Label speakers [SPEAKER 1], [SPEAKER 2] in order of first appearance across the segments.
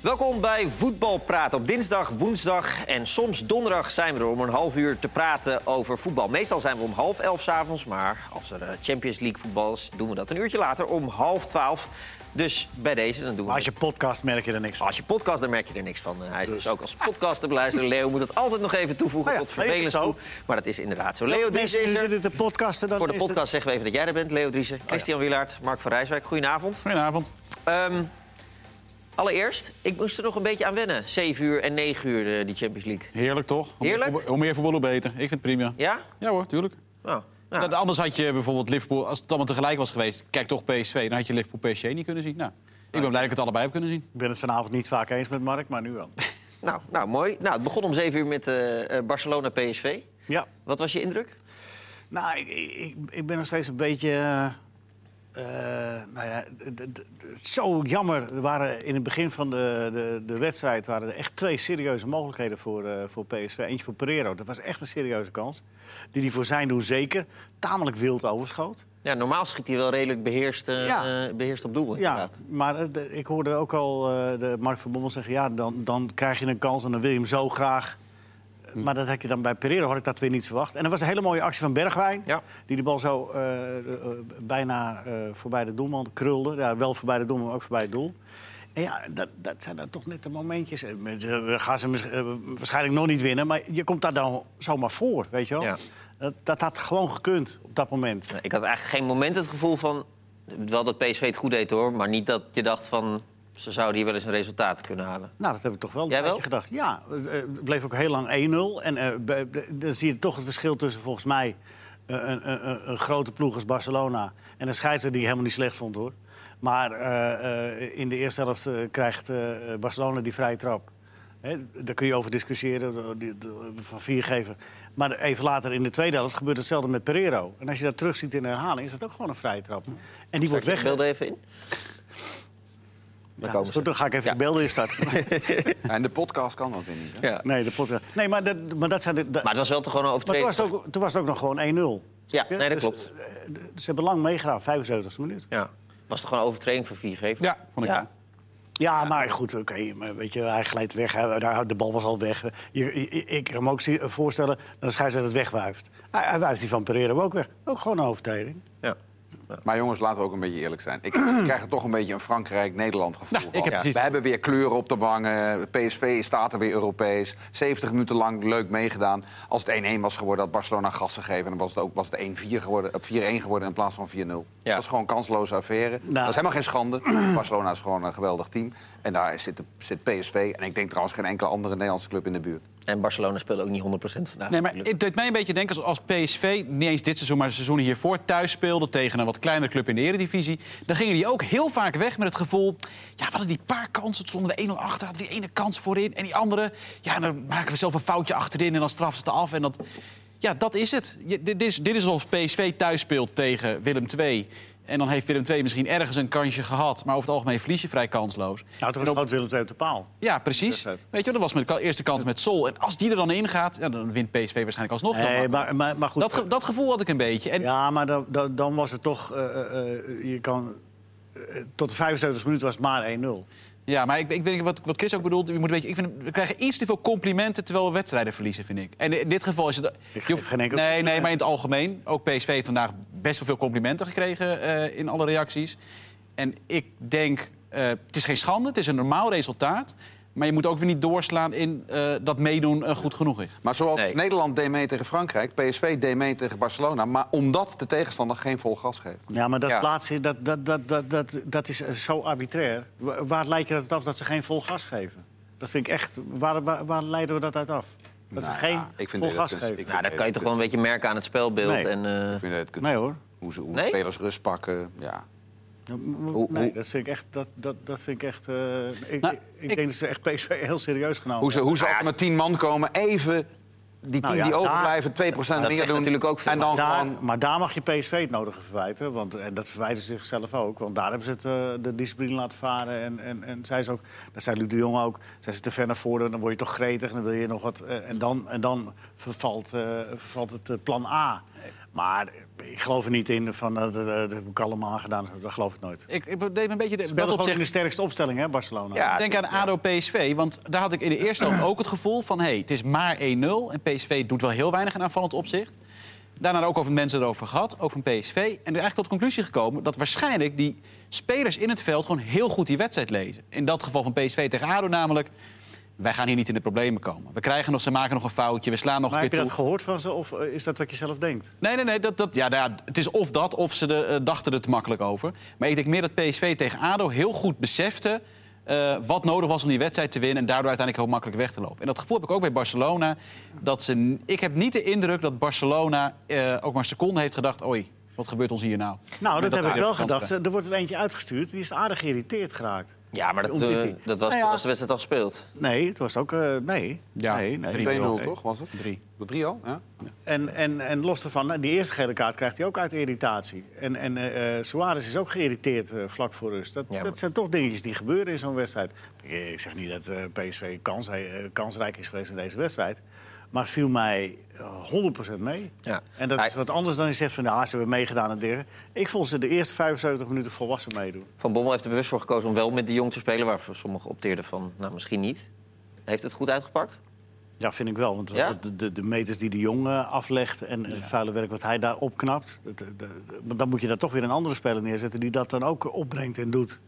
[SPEAKER 1] Welkom bij Voetbalpraat. Op dinsdag, woensdag en soms donderdag zijn we er om een half uur te praten over voetbal. Meestal zijn we om half elf s'avonds, maar als er eh, Champions League voetbal is... doen we dat een uurtje later, om half twaalf. Dus bij deze, dan doen we
[SPEAKER 2] Maar als je podcast merk je er niks van.
[SPEAKER 1] Als je podcast, dan merk je er niks van. Hij is dus, ook als podcast te beluisteren. Leo moet het altijd nog even toevoegen
[SPEAKER 2] Oh ja,
[SPEAKER 1] tot
[SPEAKER 2] nee, is
[SPEAKER 1] vervelend
[SPEAKER 2] het zo?
[SPEAKER 1] toe. Maar dat is inderdaad zo. Leo Driessen
[SPEAKER 2] mensen
[SPEAKER 1] is
[SPEAKER 2] die
[SPEAKER 1] er.
[SPEAKER 2] zitten te podcasten, dan
[SPEAKER 1] Voor de
[SPEAKER 2] is Oh het-
[SPEAKER 1] podcast zeggen we even dat jij er bent. Leo Driessen, Christian Wielaert, Mark van Rijswijk. Goedenavond.
[SPEAKER 3] Goedenavond.
[SPEAKER 1] Ehm, allereerst, ik moest er nog een beetje aan wennen. 7 uur en 9 uur, eh, die Champions League.
[SPEAKER 3] Heerlijk toch? Hoe
[SPEAKER 1] Heerlijk?
[SPEAKER 3] Meer voetbal, hoe meer voetbal, hoe beter. Ik vind het prima. Ja,
[SPEAKER 1] Ja?
[SPEAKER 3] hoor, tuurlijk.
[SPEAKER 1] Nou, nou.
[SPEAKER 3] Dat- Anders had je bijvoorbeeld Liverpool, als het allemaal tegelijk was geweest, kijk toch PSV, dan had je Liverpool PSG niet kunnen zien. Nou, ik ben blij dat ik het allebei heb kunnen zien.
[SPEAKER 2] Ik ben het vanavond niet vaak eens met Mark, maar nu wel.
[SPEAKER 1] Nou, nou, mooi. Nou, het begon om 7 uur met eh, eh, Barcelona-PSV.
[SPEAKER 2] Ja,
[SPEAKER 1] Wat was je indruk?
[SPEAKER 2] nou, ik, ik, ik ben nog steeds een beetje... eh, eh, nou ja, d- d- d- zo jammer. Er waren in het begin van de, de, de wedstrijd waren er echt twee serieuze mogelijkheden voor, eh, voor PSV. Eentje voor Pereiro. Dat was echt een serieuze kans. Die hij voor zijn doen zeker tamelijk wild overschoot.
[SPEAKER 1] Ja, normaal schiet hij wel redelijk beheerst, eh,
[SPEAKER 2] Ja.
[SPEAKER 1] eh, beheerst op doel,
[SPEAKER 2] Ja,
[SPEAKER 1] inderdaad.
[SPEAKER 2] maar eh, de- ik hoorde ook al eh, de Mark van Bommel zeggen... ja, dan, dan krijg je een kans en dan wil je hem zo graag.
[SPEAKER 1] Hm.
[SPEAKER 2] Maar dat heb je dan bij Pereira, had ik dat weer niet verwacht. En er was een hele mooie actie van Bergwijn...
[SPEAKER 1] Ja.
[SPEAKER 2] die de bal zo eh, eh, bijna eh, voorbij de doelman krulde. Ja, wel voorbij de doelman, maar ook voorbij het doel. En ja, dat, dat zijn dan toch net de momentjes. Eh, met- eh, We gaan ze mis- eh, waarschijnlijk nog niet winnen, maar je komt daar dan zomaar voor, weet je wel.
[SPEAKER 1] Ja.
[SPEAKER 2] Dat, dat had gewoon gekund op dat moment.
[SPEAKER 1] Nou, Ik had eigenlijk geen moment het gevoel van... Wel dat PSV het goed deed, hoor. Maar niet dat je dacht van... Ze zouden hier wel eens een resultaat kunnen halen.
[SPEAKER 2] Nou, dat heb ik toch wel een
[SPEAKER 1] Jij
[SPEAKER 2] tijdje
[SPEAKER 1] wel?
[SPEAKER 2] gedacht. Ja, het eh, bleef ook heel lang 1-0. En eh, be- de- dan zie je toch het verschil tussen volgens mij eh, een, een, een, een grote ploeg als Barcelona... en een scheidsrechter die ik helemaal niet slecht vond, hoor. Maar eh, eh, in de eerste helft eh, krijgt eh, Barcelona die vrije trap. Hè, daar kun je over discussiëren, eh, die- de- van viergever. Maar even later in de tweede helft gebeurt hetzelfde met Pereiro. En als je dat terugziet in de herhaling, is dat ook gewoon een vrije trap. En die wordt weg.
[SPEAKER 1] Ik wilde even in.
[SPEAKER 2] Ja,
[SPEAKER 1] komen
[SPEAKER 2] is goed,
[SPEAKER 1] ze.
[SPEAKER 2] dan ga ik even
[SPEAKER 1] Ja.
[SPEAKER 2] de beelden instarten.
[SPEAKER 4] Ja, en de podcast kan dat weer niet. Hè?
[SPEAKER 1] Ja.
[SPEAKER 2] nee, de podcast. Nee, maar dat, maar dat zijn de, dat-
[SPEAKER 1] Maar het was wel toch gewoon over
[SPEAKER 2] Maar
[SPEAKER 1] twee...
[SPEAKER 2] toen was, het ook, toen was het ook nog gewoon 1-0.
[SPEAKER 1] Ja,
[SPEAKER 2] Snap je?
[SPEAKER 1] nee, dat
[SPEAKER 2] Dus,
[SPEAKER 1] klopt.
[SPEAKER 2] eh, d- Ze hebben lang meegedaan, 75 e minuut.
[SPEAKER 1] Ja. Was toch gewoon overtreding voor vier geven?
[SPEAKER 3] Ja, vond ik
[SPEAKER 1] Ja.
[SPEAKER 3] wel.
[SPEAKER 2] Ja, maar goed, oké. maar weet je, hij glijdt weg. Hij, daar- de bal was al weg. Je, je- ik kan me ook zie- voorstellen dat de scheidsrechter het wegwuift. Hij, hij wuift die van Pereira ook weg. Ook gewoon een overtreding.
[SPEAKER 1] Ja.
[SPEAKER 4] Maar jongens, laten we ook een beetje eerlijk zijn. Ik, ik krijg er toch een beetje een Frankrijk-Nederland gevoel
[SPEAKER 3] Nou, ik
[SPEAKER 4] van.
[SPEAKER 3] heb precies-
[SPEAKER 4] We hebben weer kleuren op de wangen. PSV staat er weer Europees. 70 minuten lang leuk meegedaan. Als het 1-1 was geworden, had Barcelona gas gegeven. Dan was het ook was het 1-4 geworden, eh, 4-1 geworden in plaats van 4-0.
[SPEAKER 1] Ja.
[SPEAKER 4] Dat is gewoon een kansloze affaire.
[SPEAKER 3] Nou.
[SPEAKER 4] Dat is helemaal geen schande. Barcelona is gewoon een geweldig team. En daar zit, de- zit PSV. En ik denk trouwens geen enkele andere Nederlandse club in de buurt.
[SPEAKER 1] En Barcelona speelde ook niet 100% vandaag.
[SPEAKER 3] Nee, maar
[SPEAKER 1] natuurlijk.
[SPEAKER 3] het deed mij een beetje denken als, als PSV, niet eens dit seizoen, maar de seizoenen hiervoor thuis speelde tegen een wat kleinere club in de Eredivisie. Dan gingen die ook heel vaak weg met het gevoel. Ja, we hadden die paar kansen, toen stonden we 1-0 achter, hadden die ene kans voorin en die andere. Ja, dan maken we zelf een foutje achterin en dan straffen ze het af. En dat, ja, dat is het. Je- dit, is, dit is alsof PSV thuis speelt tegen Willem II. En dan heeft Willem II misschien ergens een kansje gehad, maar over het algemeen verlies je vrij kansloos.
[SPEAKER 2] Nou, toen was groot Willem II op de paal.
[SPEAKER 3] Ja, precies. Weet
[SPEAKER 2] wedstrijd.
[SPEAKER 3] je, wel, dat was met de ka- eerste kans met Sol. En als die er dan in gaat, ja, dan wint PSV waarschijnlijk alsnog. dan.
[SPEAKER 2] Nee, maar, maar, maar goed.
[SPEAKER 3] Dat, ge- dat gevoel had ik een beetje. En,
[SPEAKER 2] Ja, maar dan, dan, dan was het toch... eh, eh, eh, je kan, eh, tot de 75 minuten was het maar 1-0.
[SPEAKER 3] Ja, maar ik, ik weet niet wat, wat Chris ook bedoelt. Je moet een beetje, ik vind, we krijgen iets te veel complimenten terwijl we wedstrijden verliezen, vind ik. En in dit geval is het...
[SPEAKER 2] geef
[SPEAKER 3] je hoeft-
[SPEAKER 2] geen enkel
[SPEAKER 3] nee, nee,
[SPEAKER 2] compliment.
[SPEAKER 3] maar in het algemeen. Ook PSV heeft vandaag best wel veel complimenten gekregen eh, in alle reacties. En ik denk, eh, het is geen schande, het is een normaal resultaat. Maar je moet ook weer niet doorslaan in eh, dat meedoen eh, goed genoeg is.
[SPEAKER 4] Maar zoals
[SPEAKER 1] Nee.
[SPEAKER 4] Nederland deed mee tegen Frankrijk, PSV deed mee tegen Barcelona. Maar omdat de tegenstander geen vol gas geeft.
[SPEAKER 2] Ja, maar dat
[SPEAKER 1] Ja.
[SPEAKER 2] laatste, dat, dat, dat, dat, dat, dat is eh, zo arbitrair. Wa- Waar lijkt je dat af dat ze geen vol gas geven? Dat vind ik echt... Waar, waar, waar leiden we dat uit af? Dat ze
[SPEAKER 4] Nou
[SPEAKER 2] geen
[SPEAKER 4] ja, ik vind
[SPEAKER 2] vol
[SPEAKER 4] dat
[SPEAKER 2] gas
[SPEAKER 4] het-
[SPEAKER 2] geven?
[SPEAKER 4] ik-
[SPEAKER 1] Nou, dat kan je toch wel een beetje merken aan het spelbeeld.
[SPEAKER 2] Nee.
[SPEAKER 1] En, eh,
[SPEAKER 4] Ik vind het kunst.
[SPEAKER 2] Nee hoor.
[SPEAKER 4] Hoe, ze, hoe
[SPEAKER 1] Nee?
[SPEAKER 4] spelers rust pakken. Ja. hoe-
[SPEAKER 2] Nee, dat vind ik echt... Dat, dat, dat vind ik echt eh, ik,
[SPEAKER 3] Nou,
[SPEAKER 2] ik,
[SPEAKER 3] ik-
[SPEAKER 2] denk dat ze echt PSV heel serieus genomen
[SPEAKER 4] Hoe ze, hoe ze
[SPEAKER 1] ja,
[SPEAKER 4] als er met tien man komen, even die tien
[SPEAKER 2] Nou ja,
[SPEAKER 4] die
[SPEAKER 2] daar-
[SPEAKER 4] overblijven, 2% meer
[SPEAKER 1] zegt
[SPEAKER 4] doen.
[SPEAKER 1] natuurlijk ook veel.
[SPEAKER 4] En dan
[SPEAKER 2] Daar-
[SPEAKER 4] gewoon...
[SPEAKER 2] maar daar mag je PSV het nodige verwijten. Want, en dat verwijten ze zichzelf ook. Want daar hebben ze het, eh, de discipline laten varen. En, en, en zij ze ook, dat zei Luc de Jong ook. Zijn ze te ver naar voren, dan word je toch gretig. En dan wil je nog wat. eh, en, dan, en dan vervalt, eh, vervalt het eh, plan A. Maar ik geloof er niet in van eh, dat, dat, dat heb ik allemaal gedaan. Dat geloof ik nooit.
[SPEAKER 3] Ik, ik deed me een beetje de,
[SPEAKER 2] Ze
[SPEAKER 3] dat
[SPEAKER 2] speelden gewoon
[SPEAKER 3] opzicht-
[SPEAKER 2] in de sterkste opstelling, hè, Barcelona.
[SPEAKER 1] Ja.
[SPEAKER 3] Denk aan ADO PSV, want daar had ik in de eerste helft ook het gevoel van... hey, het is maar 1-0 en PSV doet wel heel weinig in aanvallend opzicht. Daarna ook over mensen erover gehad, ook van PSV. En er eigenlijk tot de conclusie gekomen dat waarschijnlijk die spelers in het veld... gewoon heel goed die wedstrijd lezen. In dat geval van PSV tegen ADO namelijk... wij gaan hier niet in de problemen komen. We krijgen nog, ze maken nog een foutje, we slaan nog
[SPEAKER 2] Maar
[SPEAKER 3] een
[SPEAKER 2] heb je
[SPEAKER 3] keer
[SPEAKER 2] dat
[SPEAKER 3] toe.
[SPEAKER 2] gehoord van ze of eh, is dat wat je zelf denkt?
[SPEAKER 3] Nee, nee, nee. Dat, dat, ja, nou ja, het is of dat, of ze de, eh, dachten er te makkelijk over. Maar ik denk meer dat PSV tegen ADO heel goed besefte... eh, wat nodig was om die wedstrijd te winnen... en daardoor uiteindelijk heel makkelijk weg te lopen. En dat gevoel heb ik ook bij Barcelona. Dat ze, n- ik heb niet de indruk dat Barcelona eh, ook maar een seconde heeft gedacht... oei, wat gebeurt ons hier nou?
[SPEAKER 2] Nou, dat,
[SPEAKER 3] dat
[SPEAKER 2] heb ik
[SPEAKER 3] ADO
[SPEAKER 2] wel
[SPEAKER 3] kans
[SPEAKER 2] gedacht.
[SPEAKER 3] bij.
[SPEAKER 2] Ze- Er wordt er eentje uitgestuurd. Die is aardig geïrriteerd geraakt.
[SPEAKER 1] Ja, maar dat,
[SPEAKER 2] Om
[SPEAKER 1] eh,
[SPEAKER 2] Titi.
[SPEAKER 1] dat was,
[SPEAKER 2] Nou ja.
[SPEAKER 1] dat was de wedstrijd al gespeeld.
[SPEAKER 2] Nee, het was ook... eh, nee.
[SPEAKER 3] Ja,
[SPEAKER 2] nee, nee.
[SPEAKER 4] 2-0
[SPEAKER 2] Nee.
[SPEAKER 4] toch, was het?
[SPEAKER 3] Drie.
[SPEAKER 4] 3 al, ja.
[SPEAKER 2] En, en, en los daarvan, nou, die eerste gele kaart krijgt hij ook uit irritatie. En, en eh, eh, Suarez is ook geïrriteerd eh, vlak voor rust. Dat,
[SPEAKER 1] Ja, maar-
[SPEAKER 2] dat zijn toch dingetjes die gebeuren in zo'n wedstrijd. Ik ik zeg niet dat eh, PSV kans, eh, kansrijk is geweest in deze wedstrijd. Maar het viel mij eh, 100% mee.
[SPEAKER 1] Ja.
[SPEAKER 2] En dat
[SPEAKER 1] Hij-
[SPEAKER 2] is wat anders dan je zegt van ja, ze hebben meegedaan en dergelijke. Ik vond ze de eerste 75 minuten volwassen meedoen.
[SPEAKER 1] Van Bommel heeft er bewust voor gekozen om wel met de jong te spelen... waar sommigen opteerden van, nou, misschien niet. Heeft het goed uitgepakt?
[SPEAKER 2] Ja, vind ik wel. Want
[SPEAKER 1] Ja?
[SPEAKER 2] de, de, de meters die de jongen aflegt en het vuile werk wat hij daar opknapt... dat- dat- dat- maar dan moet je daar toch weer een andere speler neerzetten die dat dan ook opbrengt en doet.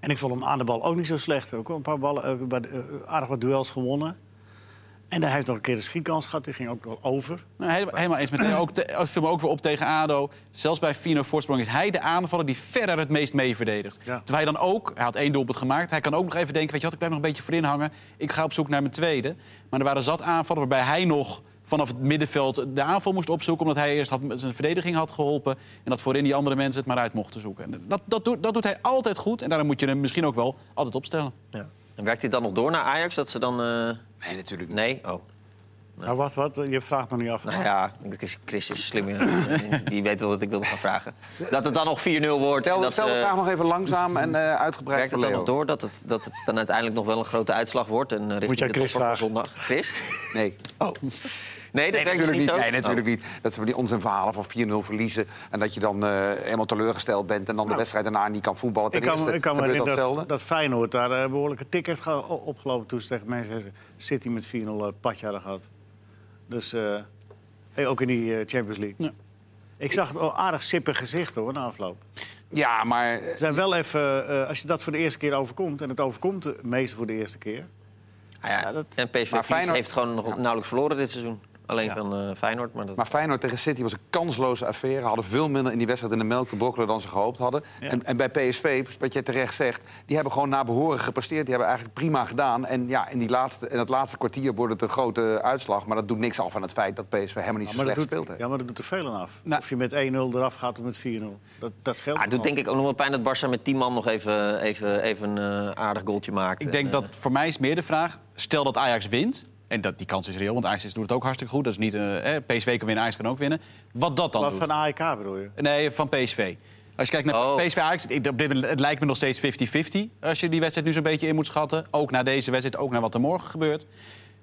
[SPEAKER 2] En ik vond hem aan de bal ook niet zo slecht. Ook een paar ballen, eh, bij de- eh, aardig wat duels gewonnen. En hij heeft nog een keer een schietkans gehad, die ging ook wel over.
[SPEAKER 3] Nou, hele- helemaal eens met hem. Ook te- Het viel me ook weer op tegen ADO. Zelfs bij 4-0 voorsprong is hij de aanvaller die verder het meest mee verdedigt.
[SPEAKER 2] Ja.
[SPEAKER 3] Terwijl hij dan ook, hij had één doelpunt gemaakt... hij kan ook nog even denken, weet je wat, ik blijf nog een beetje voorin hangen. Ik ga op zoek naar mijn tweede. Maar er waren zat aanvallen waarbij hij nog vanaf het middenveld de aanval moest opzoeken... omdat hij eerst had, zijn verdediging had geholpen... en dat voorin die andere mensen het maar uit mochten zoeken. En dat, dat, doet, dat doet hij altijd goed en daarom moet je hem misschien ook wel altijd opstellen.
[SPEAKER 1] Ja. En werkt dit dan nog door naar Ajax? Dat ze dan... eh,
[SPEAKER 4] Nee, natuurlijk niet.
[SPEAKER 1] Nee? Oh.
[SPEAKER 2] Nou, wat, wat? Je vraagt nog niet af.
[SPEAKER 1] Nou ja, Chris is slim. ja. Die weet wel wat ik wilde gaan vragen. Dat het dan nog 4-0 wordt. en
[SPEAKER 4] Stel,
[SPEAKER 1] dat,
[SPEAKER 4] stel de
[SPEAKER 1] eh,
[SPEAKER 4] vraag nog even langzaam en eh, uitgebreid
[SPEAKER 1] Werkt
[SPEAKER 4] voor
[SPEAKER 1] het dan nog
[SPEAKER 4] Leo.
[SPEAKER 1] door dat het, dat het dan uiteindelijk nog wel een grote uitslag wordt? En eh, richting
[SPEAKER 2] jij
[SPEAKER 1] de
[SPEAKER 2] Chris
[SPEAKER 1] topper van
[SPEAKER 2] vragen?
[SPEAKER 1] zondag. Chris?
[SPEAKER 4] Nee,
[SPEAKER 1] Oh. Nee, dat
[SPEAKER 4] nee,
[SPEAKER 1] werkt dus
[SPEAKER 4] natuurlijk
[SPEAKER 1] niet
[SPEAKER 4] niet.
[SPEAKER 1] zo?
[SPEAKER 4] Nee, natuurlijk
[SPEAKER 1] Oh.
[SPEAKER 4] niet. Dat ze van die onzin verhalen van 4-0 verliezen... en dat je dan eh helemaal teleurgesteld bent... en dan de wedstrijd daarna niet Nou. kan voetballen. Ten
[SPEAKER 2] Ik kan, me-
[SPEAKER 4] eerste
[SPEAKER 2] ik kan me
[SPEAKER 4] gebeurt
[SPEAKER 2] herinneren
[SPEAKER 4] datzelfde.
[SPEAKER 2] dat, dat Feyenoord daar eh, behoorlijk een ticket ge- o- opgelopen toen ze tegen Manchester City met 4-0 padje hadden gehad. Dus eh, hey, ook in die eh, Champions League.
[SPEAKER 3] Ja.
[SPEAKER 2] Ik zag het al aardig sippig gezicht hoor, na afloop.
[SPEAKER 4] Ja, maar
[SPEAKER 2] Ze zijn wel even, eh, als je dat voor de eerste keer overkomt, en het overkomt de meeste voor de eerste keer.
[SPEAKER 1] Ah ja,
[SPEAKER 2] Ja, dat-
[SPEAKER 1] En PSV
[SPEAKER 4] Maar
[SPEAKER 1] Feyenoord...
[SPEAKER 4] Feyenoord-
[SPEAKER 1] heeft gewoon nog nauwelijks verloren dit seizoen. Alleen
[SPEAKER 2] Ja.
[SPEAKER 1] van eh, Feyenoord. Maar dat...
[SPEAKER 4] Maar Feyenoord tegen City was een kansloze affaire. Hadden veel minder in die wedstrijd in de melk te brokkelen dan ze gehoopt hadden.
[SPEAKER 2] Ja.
[SPEAKER 4] En, en bij PSV, wat jij terecht zegt, die hebben gewoon naar behoren gepresteerd. Die hebben eigenlijk prima gedaan. En ja, in, die laatste, in het laatste kwartier wordt het een grote uitslag. Maar dat doet niks af aan het feit dat PSV helemaal niet zo
[SPEAKER 2] maar, dat
[SPEAKER 4] slecht
[SPEAKER 2] doet,
[SPEAKER 4] speelt heeft.
[SPEAKER 2] ja, maar dat doet er veel aan af.
[SPEAKER 3] Nou.
[SPEAKER 2] Of je met 1-0 eraf gaat of met 4-0. Dat, dat scheelt.
[SPEAKER 1] Ah, het doet
[SPEAKER 2] nogal.
[SPEAKER 1] denk ik ook nog wel pijn dat Barça met 10 man nog even, even, even een eh, aardig goaltje maakt.
[SPEAKER 3] Ik denk
[SPEAKER 1] En, eh,
[SPEAKER 3] dat voor mij is meer de vraag: stel dat Ajax wint. En dat, die kans is reëel, want Ajax is- doet het ook hartstikke goed. Dat is niet, eh, eh, PSV kan winnen, Ajax kan ook winnen. Wat dat dan
[SPEAKER 2] Wat
[SPEAKER 3] doet.
[SPEAKER 2] van AEK bedoel je?
[SPEAKER 3] Eh, Nee, van PSV. Als je kijkt naar
[SPEAKER 1] Oh.
[SPEAKER 3] PSV Ajax, ik- op dit moment- het lijkt me nog steeds 50-50. Als je die wedstrijd nu zo'n beetje in moet schatten. Ook na deze wedstrijd, ook naar wat er morgen gebeurt.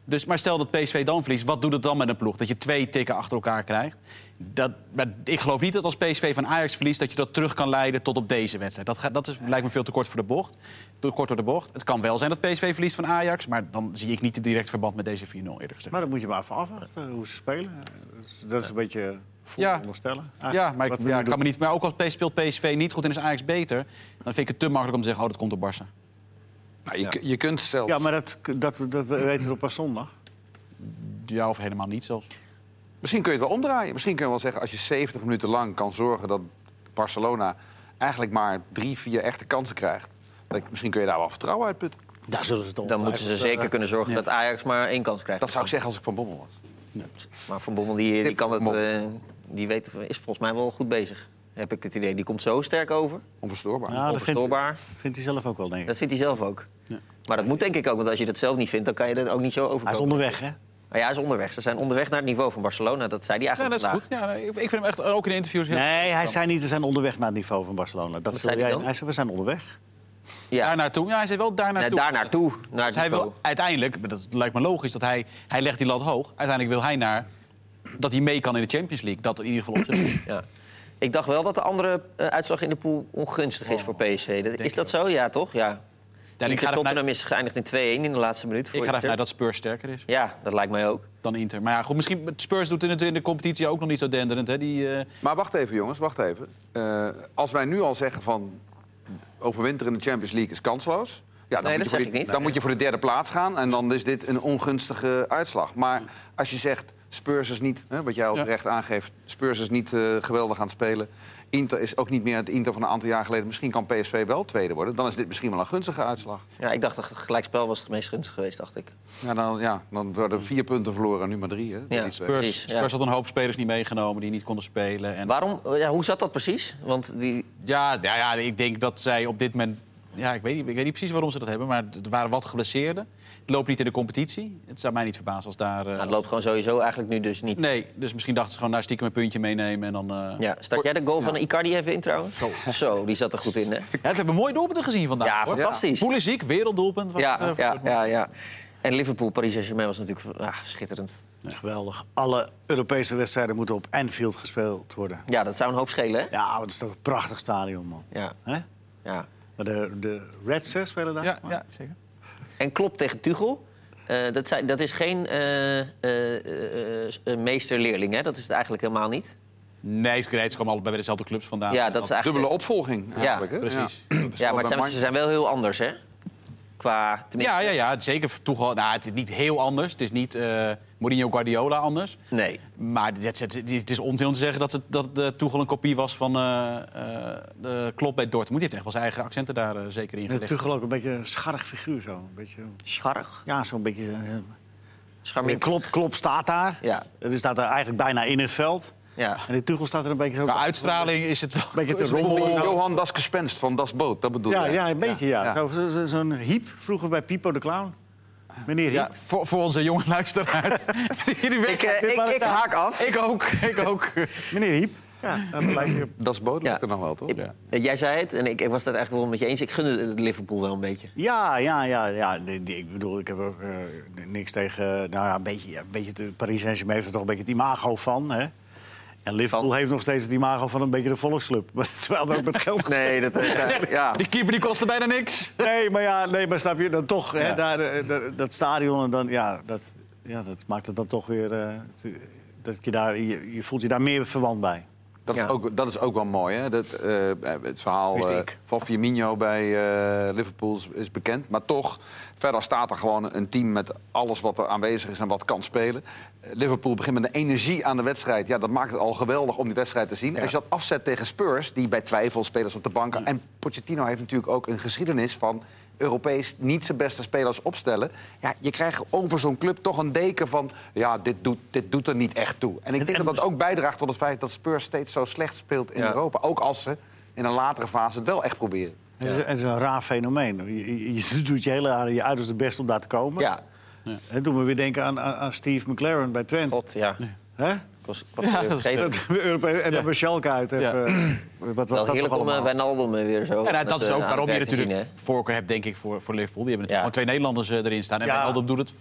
[SPEAKER 3] Dus, maar stel dat PSV dan verliest, wat doet het dan met een ploeg? Dat je twee tikken achter elkaar krijgt. Dat, maar ik geloof niet dat als PSV van Ajax verliest... dat je dat terug kan leiden tot op deze wedstrijd. Dat, gaat, dat is, lijkt me veel te kort voor de bocht. Te kort door de bocht. Het kan wel zijn dat PSV verliest van Ajax... maar dan zie ik niet het direct verband met deze 4-0 eerder gezegd.
[SPEAKER 2] Maar dat moet je maar even afwachten, hoe ze spelen. Eh, Dat is een beetje vooronderstellen.
[SPEAKER 3] Ja, maar, ik,
[SPEAKER 2] Ah, Wat we
[SPEAKER 3] ja,
[SPEAKER 2] nu
[SPEAKER 3] ik kan me niet, maar ook als PSV speelt PSV niet goed en is Ajax beter... dan vind ik het te makkelijk om te zeggen, oh, dat komt door Barça.
[SPEAKER 4] Nou, je, je kunt zelf.
[SPEAKER 2] Ja, maar dat, dat, dat weten we op een zondag.
[SPEAKER 3] Ja, of helemaal niet zelfs.
[SPEAKER 4] Misschien kun je het wel omdraaien. Misschien kun je wel zeggen, als je 70 minuten lang kan zorgen dat Barcelona eigenlijk maar drie, vier echte kansen krijgt. dat- Misschien kun je daar wel vertrouwen uit putten.
[SPEAKER 2] Daar zullen ze toch
[SPEAKER 1] Dan moeten ze zeker kunnen zorgen dat Ajax maar één kans krijgt.
[SPEAKER 4] Dat zou ik zeggen als ik van Bommel was.
[SPEAKER 1] Maar Van Bommel die, die
[SPEAKER 4] Tip
[SPEAKER 1] kan het,
[SPEAKER 4] Bommel.
[SPEAKER 1] eh, die weet, is volgens mij wel goed bezig. Heb ik het idee. Die komt zo sterk over.
[SPEAKER 4] Onverstoorbaar.
[SPEAKER 2] Ja, dat Ah, vindt,
[SPEAKER 1] onverstoorbaar.
[SPEAKER 2] vindt hij zelf ook wel, denk ik.
[SPEAKER 1] Dat vindt hij zelf ook. Maar dat moet denk ik ook, want als je dat zelf niet vindt, dan kan je dat ook niet zo
[SPEAKER 2] Hij is
[SPEAKER 1] overkomen.
[SPEAKER 2] onderweg, hè?
[SPEAKER 1] Maar ja, hij is onderweg. Ze zijn onderweg naar het niveau van Barcelona. Dat zei hij
[SPEAKER 3] Ja,
[SPEAKER 1] eigenlijk
[SPEAKER 3] dat is goed.
[SPEAKER 1] vandaag.
[SPEAKER 3] Ja, nee, ik ik vind hem echt ook in de interviews heel...
[SPEAKER 2] Nee, hij zei niet, we zijn onderweg naar het niveau van Barcelona. Dat
[SPEAKER 1] zei
[SPEAKER 2] wil
[SPEAKER 1] hij
[SPEAKER 2] jij.
[SPEAKER 1] dan?
[SPEAKER 2] Hij zei, we zijn onderweg.
[SPEAKER 1] Ja,
[SPEAKER 3] Daar naartoe. Ja, hij zei wel daar
[SPEAKER 1] Nee,
[SPEAKER 3] naartoe.
[SPEAKER 1] daar naartoe. Naar het
[SPEAKER 3] Dus hij
[SPEAKER 1] niveau.
[SPEAKER 3] wil uiteindelijk, maar dat lijkt me logisch, dat hij, hij legt die lat hoog. Uiteindelijk wil hij naar dat hij mee kan in de Champions League. Dat in ieder geval op zich.
[SPEAKER 1] Ja. Ik dacht wel dat de andere eh, uitslag in de pool ongunstig
[SPEAKER 3] Oh,
[SPEAKER 1] is voor PSV. Dat- is dat zo? Ja, toch? Ja.
[SPEAKER 3] Dan ik
[SPEAKER 1] Inter
[SPEAKER 3] ga ervan uit-
[SPEAKER 1] Tottenham is geëindigd in 2-1 in de laatste minuut. Voor
[SPEAKER 3] ik ga
[SPEAKER 1] Inter.
[SPEAKER 3] ervan uit dat Spurs sterker is
[SPEAKER 1] Ja, dat lijkt mij ook.
[SPEAKER 3] dan Inter. Maar ja, goed, misschien Spurs doet in de, in de competitie ook nog niet zo denderend. Hè? Die, eh,
[SPEAKER 4] Maar wacht even, jongens, wacht even. Eh, als wij nu al zeggen van overwinteren in de Champions League is kansloos. Ja, dan
[SPEAKER 1] Nee,
[SPEAKER 4] moet
[SPEAKER 1] dat
[SPEAKER 4] je voor
[SPEAKER 1] zeg
[SPEAKER 4] die-
[SPEAKER 1] ik niet.
[SPEAKER 4] Dan moet je voor de derde plaats gaan en dan is dit een ongunstige uitslag. Maar als je zegt, Spurs is niet, hè, wat jij al
[SPEAKER 3] Ja.
[SPEAKER 4] terecht aangeeft... Spurs is niet eh, geweldig aan het spelen. Inter is ook niet meer het Inter van een aantal jaar geleden. Misschien kan PSV wel tweede worden. Dan is dit misschien wel een gunstige uitslag.
[SPEAKER 1] Ja, ik dacht dat het gelijkspel was het meest gunstig geweest, dacht ik.
[SPEAKER 4] Ja, dan, ja, dan worden vier punten verloren en nu maar drie. Hè?
[SPEAKER 1] Ja,
[SPEAKER 4] Iets weg.
[SPEAKER 3] Spurs,
[SPEAKER 1] Precies, ja.
[SPEAKER 3] Spurs had een hoop spelers niet meegenomen die niet konden spelen. En
[SPEAKER 1] Waarom, eh, ja, hoe zat dat precies? Want die,
[SPEAKER 3] Ja, ja, ja, ik denk dat zij op dit moment. Ja, ik weet, niet, ik weet niet precies waarom ze dat hebben, maar er waren wat geblesseerden. Het loopt niet in de competitie. Het zou mij niet verbazen als daar. eh,
[SPEAKER 1] nou, het loopt gewoon sowieso eigenlijk nu dus niet.
[SPEAKER 3] Nee, dus misschien dachten ze gewoon, nou stiekem een puntje meenemen en dan. eh,
[SPEAKER 1] Ja, start jij de goal van Icardi even in trouwens? Zo. die zat er goed in, hè?
[SPEAKER 3] Ja, we hebben mooie doelpunten gezien vandaag.
[SPEAKER 1] Ja,
[SPEAKER 3] hoor.
[SPEAKER 1] fantastisch.
[SPEAKER 3] Pulisic, werelddoelpunt. was het, eh,
[SPEAKER 1] Ja,
[SPEAKER 3] voor
[SPEAKER 1] ja,
[SPEAKER 3] Dortmund.
[SPEAKER 1] ja, ja. En Liverpool, Paris Saint-Germain was natuurlijk ah, schitterend.
[SPEAKER 2] Geweldig. Alle Europese wedstrijden moeten op Anfield gespeeld worden.
[SPEAKER 1] Ja, dat zou een hoop schelen, hè?
[SPEAKER 2] Ja, dat is toch een prachtig stadion, man.
[SPEAKER 1] Ja,
[SPEAKER 2] Hè?
[SPEAKER 1] ja.
[SPEAKER 2] Maar de, de Reds hè, spelen daar?
[SPEAKER 3] Ja, ja, zeker.
[SPEAKER 1] En Klopp tegen Tuchel. Eh, dat, zijn, dat is geen eh, eh, eh, eh, eh, meester-leerling, hè? Dat is het eigenlijk helemaal niet.
[SPEAKER 3] Nee, ze ze komen allebei bij dezelfde clubs vandaan.
[SPEAKER 1] Ja, dat is eigenlijk...
[SPEAKER 4] Dubbele opvolging eigenlijk. hè?
[SPEAKER 3] precies.
[SPEAKER 4] Ja,
[SPEAKER 1] Ja, maar het zijn,
[SPEAKER 4] Mark-
[SPEAKER 1] ze zijn wel heel anders, hè? Qua... tenminste-
[SPEAKER 3] Ja, ja, ja, zeker. Toegel, nou, het is niet heel anders. Het is niet eh, Mourinho Guardiola anders.
[SPEAKER 1] Nee.
[SPEAKER 3] Maar het, het- het- het is onzin om te zeggen dat, het, dat de Tuchel een kopie was van eh eh, de Klopp bij Dortmund. Die heeft echt wel zijn eigen accenten daar eh, zeker in gelegd.
[SPEAKER 2] Natuurlijk ook een beetje een scharrig figuur zo. Een beetje,
[SPEAKER 1] Scharrig.
[SPEAKER 2] ja, zo'n beetje... eh,
[SPEAKER 1] Scharmink.
[SPEAKER 2] Klop, Klop staat daar.
[SPEAKER 1] Ja.
[SPEAKER 2] Die staat daar eigenlijk bijna in het veld.
[SPEAKER 1] Ja.
[SPEAKER 2] En die Tuchel staat er een beetje zo...
[SPEAKER 3] Qua uitstraling is het wel...
[SPEAKER 2] Een beetje te
[SPEAKER 4] Oh,
[SPEAKER 2] rommelen. zo.
[SPEAKER 4] Johan Das Gespenst van Das Boot, dat bedoel
[SPEAKER 2] Ja,
[SPEAKER 4] je?
[SPEAKER 2] ja, een beetje, ja.
[SPEAKER 4] Ja.
[SPEAKER 2] Zo- zo- zo- Zo'n hiep, vroeger bij Pipo de Clown. Meneer Hiep.
[SPEAKER 3] Ja, voor, voor onze jonge luisteraars. Jullie
[SPEAKER 1] Ik,
[SPEAKER 3] weten-
[SPEAKER 1] eh, ik, ik haak af.
[SPEAKER 3] ik ook, ik ook.
[SPEAKER 2] Meneer Hiep. Ja, dat lijkt me op.
[SPEAKER 4] Das Boot lukt
[SPEAKER 1] Ja.
[SPEAKER 4] er nog wel, toch?
[SPEAKER 1] Ik- eh, Jij zei het en ik, ik was dat eigenlijk wel met je eens. Ik gunde het Liverpool wel een beetje.
[SPEAKER 2] Ja, ja, ja, ja. Nee, nee, ik bedoel, ik heb ook eh, niks tegen. eh, nou ja, een beetje, ja, een beetje te- Paris Saint-Germain heeft er toch een beetje het imago van. Hè? En Liverpool
[SPEAKER 1] Van?
[SPEAKER 2] heeft nog steeds het imago van een beetje de volksclub. Terwijl er ook met geld. Nee.
[SPEAKER 1] dat... ja.
[SPEAKER 3] Die keeper die kostte bijna niks.
[SPEAKER 2] maar ja, nee, maar snap je dan toch? Hè,
[SPEAKER 3] Ja.
[SPEAKER 2] daar, eh, dat, dat stadion en dan, ja, dat, ja, dat maakt het dan toch weer. eh, te- dat je, daar, je, je voelt je daar meer verwant bij.
[SPEAKER 4] Dat,
[SPEAKER 1] Ja.
[SPEAKER 4] is ook, dat is ook wel mooi, hè? Dat, eh, het verhaal
[SPEAKER 2] Wist
[SPEAKER 4] eh,
[SPEAKER 2] ik.
[SPEAKER 4] van Firmino bij eh, Liverpool is, is bekend. Maar toch, verder staat er gewoon een team met alles wat er aanwezig is en wat kan spelen. Eh, Liverpool begint met een energie aan de wedstrijd. Ja, dat maakt het al geweldig om die wedstrijd te zien. Als je dat afzet tegen Spurs, die bij twijfel spelers op de bank... en Pochettino heeft natuurlijk ook een geschiedenis van... Europees niet zijn beste spelers opstellen. Ja, je krijgt over zo'n club toch een deken van... ja, dit doet, dit doet er niet echt toe. En ik denk
[SPEAKER 2] en-
[SPEAKER 4] dat dat ook ook bijdraagt tot het feit dat Spurs steeds zo slecht speelt in
[SPEAKER 1] Ja.
[SPEAKER 4] Europa. Ook als ze in een latere fase het wel echt proberen.
[SPEAKER 2] Het, is, het is een raar fenomeen. Je, je- je doet je hele je uiterste best om daar te komen.
[SPEAKER 1] Ja.
[SPEAKER 2] Het doet me weer denken aan, aan, aan Steve McLaren bij Twente.
[SPEAKER 1] God, ja.
[SPEAKER 2] Hè?
[SPEAKER 1] Ik was, ik was
[SPEAKER 3] Ja,
[SPEAKER 1] weer
[SPEAKER 3] dat is-
[SPEAKER 1] vergeten.
[SPEAKER 2] Dat we Europees en dan bij Schalke uit. heb,
[SPEAKER 3] Ja.
[SPEAKER 2] eh, wat was
[SPEAKER 1] Wel
[SPEAKER 2] dat
[SPEAKER 1] heerlijk
[SPEAKER 2] toch
[SPEAKER 1] om eh,
[SPEAKER 2] allemaal?
[SPEAKER 1] Wijnaldum eh, weer zo...
[SPEAKER 3] Ja, nou,
[SPEAKER 1] met,
[SPEAKER 3] dat is
[SPEAKER 1] eh,
[SPEAKER 3] ook
[SPEAKER 1] aan
[SPEAKER 3] waarom
[SPEAKER 1] het
[SPEAKER 3] je
[SPEAKER 1] werk te
[SPEAKER 3] natuurlijk
[SPEAKER 1] zien,
[SPEAKER 3] voorkeur hebt, denk ik, voor, voor Liverpool. Die hebben natuurlijk
[SPEAKER 1] Ja.
[SPEAKER 3] gewoon twee Nederlanders eh, erin staan. En
[SPEAKER 2] Ja.
[SPEAKER 3] Wijnaldum doet het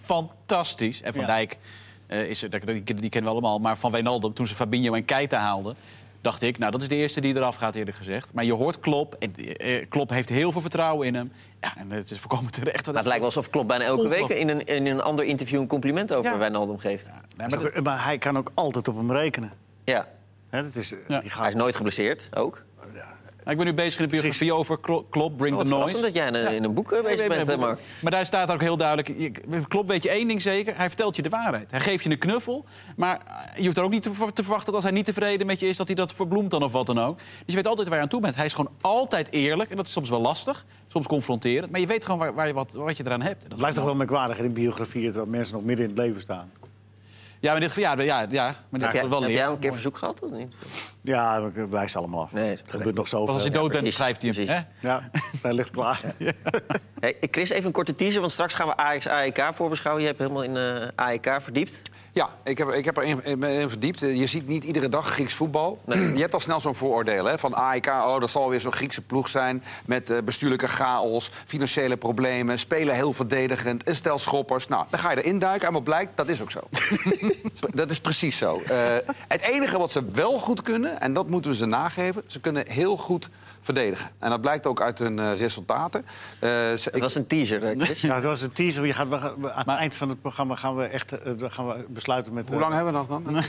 [SPEAKER 3] fantastisch. En Van
[SPEAKER 2] Ja.
[SPEAKER 3] Dijk, eh, is er, die, die die kennen we allemaal. Maar van Wijnaldum, toen ze Fabinho en Keita haalden... dacht ik, nou, dat is de eerste die eraf gaat, eerlijk gezegd. Maar je hoort Klopp. En eh, Klopp heeft heel veel vertrouwen in hem. Ja, en het is voorkomen terecht.
[SPEAKER 1] Maar het lijkt wel alsof Klopp bijna elke week in een, in een ander interview... een compliment over
[SPEAKER 3] Ja.
[SPEAKER 1] Wijnaldum geeft.
[SPEAKER 3] Nee, maar
[SPEAKER 2] Maar,
[SPEAKER 3] dat-
[SPEAKER 2] dat- maar hij kan ook altijd op hem rekenen.
[SPEAKER 1] Ja.
[SPEAKER 2] Hè, dat is, eh,
[SPEAKER 3] Ja.
[SPEAKER 2] die
[SPEAKER 1] Hij
[SPEAKER 2] gaat,
[SPEAKER 1] is nooit geblesseerd, ook. Oh,
[SPEAKER 3] ik ben nu bezig in de biografie over Klo- Klopp, Bring
[SPEAKER 1] Wat
[SPEAKER 3] the
[SPEAKER 1] verrassend
[SPEAKER 3] Noise.
[SPEAKER 1] dat jij in, een- in een boek eh,
[SPEAKER 3] Nee,
[SPEAKER 1] bezig
[SPEAKER 3] nee,
[SPEAKER 1] bent,
[SPEAKER 3] nee,
[SPEAKER 1] hè, Mark.
[SPEAKER 3] Maar daar staat ook heel duidelijk... je- Klopt, weet je één ding zeker. Hij vertelt je de waarheid. Hij geeft je een knuffel. Maar je hoeft er ook niet te, ver- te verwachten dat als hij niet tevreden met je is... dat hij dat verbloemt dan of wat dan ook. Dus je weet altijd waar je aan toe bent. Hij is gewoon altijd eerlijk. En dat is soms wel lastig. Soms confronterend. Maar je weet gewoon waar, waar je wat, wat je eraan hebt.
[SPEAKER 2] het
[SPEAKER 3] En dat is
[SPEAKER 2] blijft toch wel merkwaardig in een biografie dat mensen nog midden in het leven staan.
[SPEAKER 3] Ja, maar in dit geval... Ja, ja, ja, maar in dit
[SPEAKER 1] Heb
[SPEAKER 3] geval
[SPEAKER 1] jij,
[SPEAKER 3] wel
[SPEAKER 1] heb
[SPEAKER 3] leren.
[SPEAKER 1] jij een keer verzoek gehad, of niet?
[SPEAKER 2] Ja, we- we wijzen allemaal af.
[SPEAKER 1] Nee, is
[SPEAKER 2] het
[SPEAKER 1] terecht.
[SPEAKER 2] gebeurt nog
[SPEAKER 3] Pas
[SPEAKER 2] zoveel.
[SPEAKER 3] als je dood bent,
[SPEAKER 1] precies,
[SPEAKER 3] schrijft hij hem.
[SPEAKER 1] precies.
[SPEAKER 3] hè?
[SPEAKER 2] Ja, hij ligt klaar.
[SPEAKER 1] E Hey, Chris, even een korte teaser, want straks gaan we Ajax AEK voorbeschouwen. Je hebt helemaal in eh AEK verdiept.
[SPEAKER 4] Ja, ik heb, ik heb er een, ik ben erin verdiept. Eh, Je ziet niet iedere dag Grieks voetbal. Je hebt al snel zo'n vooroordeel hè? van AEK. Oh, dat zal weer zo'n Griekse ploeg zijn met eh, bestuurlijke chaos, financiële problemen, spelen heel verdedigend, een stel schoppers. Nou, dan ga je erin duiken en wat blijkt, dat is ook zo. dat is precies zo. Eh, het enige wat ze wel goed kunnen, en dat moeten we ze nageven, ze kunnen heel goed verdedigen. En dat blijkt ook uit hun eh, resultaten. Eh, ze-
[SPEAKER 1] Dat was een teaser. hè, Chris?
[SPEAKER 2] Ja, dat was een teaser. Je gaat, we gaan- we- aan het eind van het programma gaan we echt eh, dan gaan we besluiten met...
[SPEAKER 4] Hoe lang hebben we nog dan?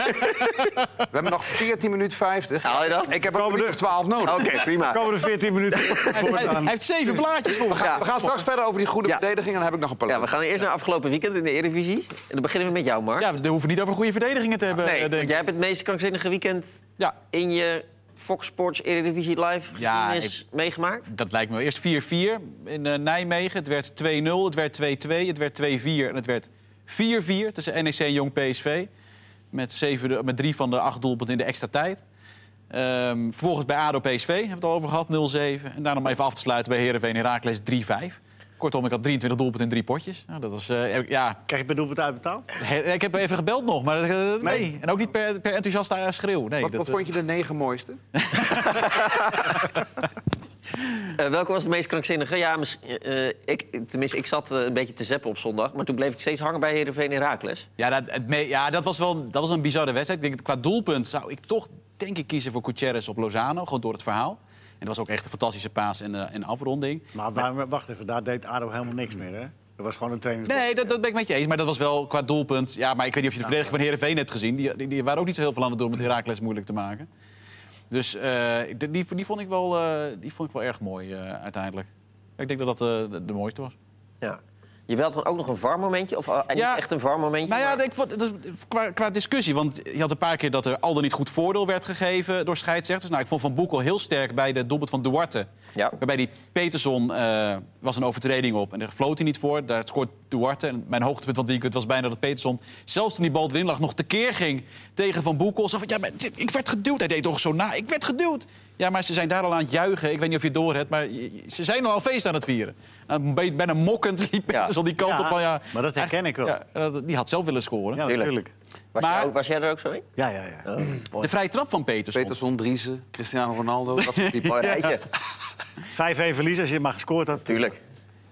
[SPEAKER 4] We hebben nog 14 minuten 50.
[SPEAKER 1] Haal je dat?
[SPEAKER 4] Ik heb ook
[SPEAKER 2] Komen
[SPEAKER 4] minuut
[SPEAKER 2] er-
[SPEAKER 4] 12 nodig.
[SPEAKER 1] Oké, prima.
[SPEAKER 2] eh, Komen er 14 minuten
[SPEAKER 3] Hij, hij
[SPEAKER 2] voortaan.
[SPEAKER 3] heeft zeven blaadjes voor.
[SPEAKER 4] We gaan, we gaan straks verder over die goede
[SPEAKER 1] Ja.
[SPEAKER 4] verdediging. En dan heb ik nog een paar.
[SPEAKER 1] Ja, we gaan eerst naar afgelopen weekend in de Eredivisie. En dan beginnen we met jou, Mark.
[SPEAKER 3] Ja, we hoeven niet over goede verdedigingen te hebben.
[SPEAKER 1] nee,
[SPEAKER 3] eh,
[SPEAKER 1] want
[SPEAKER 3] denk ik.
[SPEAKER 1] jij hebt het meest krankzinnige weekend
[SPEAKER 3] Ja,
[SPEAKER 1] in je Fox Sports Eredivisie Live
[SPEAKER 3] Ja,
[SPEAKER 1] geschiedenis meegemaakt.
[SPEAKER 3] dat lijkt me wel. Eerst 4-4 in eh, Nijmegen. Het werd 2-0, het werd 2-2, het werd 2-4 en het werd 4-4 tussen NEC en Jong PSV. Met, zeven, eh, met drie van de acht doelpunten in de extra tijd. Ehm, vervolgens bij ADO PSV hebben we het al over gehad, 0-7. En daarna om even af te sluiten bij Heerenveen Heracles 3-5. Kortom, ik had 23 doelpunten in drie potjes. Nou, dat was, eh, heb ik- ja,
[SPEAKER 2] Krijg je bedoeld uitbetaald?
[SPEAKER 3] he- ik heb even gebeld nog, maar eh, nee.
[SPEAKER 2] Nee.
[SPEAKER 3] En ook niet per, per enthousiast eh, schreeuw. Nee,
[SPEAKER 4] wat,
[SPEAKER 3] dat,
[SPEAKER 4] wat
[SPEAKER 3] eh,
[SPEAKER 4] vond je de negen mooiste?
[SPEAKER 3] Hmm.
[SPEAKER 1] Eh, welke was de meest krankzinnige? Ja, mis- eh, eh, ik, tenminste, ik zat eh, een beetje te zeppen op zondag. Maar toen bleef ik steeds hangen bij Heerenveen en Heracles.
[SPEAKER 3] Ja, dat, het me- ja, dat was wel dat was een bizarre wedstrijd. Ik denk, qua doelpunt zou ik toch denk ik kiezen voor Gutierrez op Lozano. Gewoon door het verhaal. En dat was ook echt een fantastische paas en, eh, en afronding.
[SPEAKER 2] Maar daar, wacht even, daar deed ADO helemaal niks meer, hè? Dat was gewoon een training.
[SPEAKER 3] Nee, dat, dat ben ik met je eens. Maar dat was wel qua doelpunt. Ja, maar ik weet niet of je de verdediging van Heerenveen hebt gezien. Die, die, die waren ook niet zo heel veel aan het doen om het Heracles moeilijk te maken. Dus eh, die, die, die vond ik wel, eh, die vond ik wel erg mooi eh, uiteindelijk. Ik denk dat dat eh, de- de mooiste was.
[SPEAKER 1] Ja. Je had dan ook nog een VAR-momentje? Of eh,
[SPEAKER 3] Ja.
[SPEAKER 1] niet echt een VAR-momentje?
[SPEAKER 3] Nou ja,
[SPEAKER 1] maar-
[SPEAKER 3] ik vond, dat, qua, qua discussie. Want je had een paar keer dat er al dan niet goed voordeel werd gegeven door scheidsrechters. Nou, ik vond Van Boekel heel sterk bij de doelpunt van Duarte.
[SPEAKER 1] Ja.
[SPEAKER 3] Waarbij die Peterson eh, was een overtreding op. En daar floot hij niet voor. Daar scoort Duarte. En mijn hoogtepunt van die weekend was bijna dat Peterson... zelfs toen die bal erin lag, nog tekeer ging tegen Van Boekel. Zo van, ja, maar dit- ik werd geduwd. Hij deed toch zo na. Ik werd geduwd. Ja, maar ze zijn daar al aan het juichen. Ik weet niet of je het door hebt, maar je- je- ze zijn al al feest aan het vieren. Nou, be- bijna mokkend liep
[SPEAKER 1] Ja.
[SPEAKER 3] Peterson die kant
[SPEAKER 2] Ja,
[SPEAKER 3] op van... Ja,
[SPEAKER 2] maar dat herken ik wel.
[SPEAKER 3] Ja, dat- die had zelf willen scoren.
[SPEAKER 2] Ja,
[SPEAKER 1] Tuurlijk.
[SPEAKER 2] natuurlijk.
[SPEAKER 1] was,
[SPEAKER 3] maar-
[SPEAKER 1] jij ook, was jij er ook zo in?
[SPEAKER 2] Ja, ja, ja.
[SPEAKER 3] De vrije trap van Peterson.
[SPEAKER 4] Peterson, Driesen, Cristiano Ronaldo. Dat soort typen.
[SPEAKER 1] Oh, ja. ja,
[SPEAKER 2] 5-1 verlies als je maar gescoord had.
[SPEAKER 1] tuurlijk.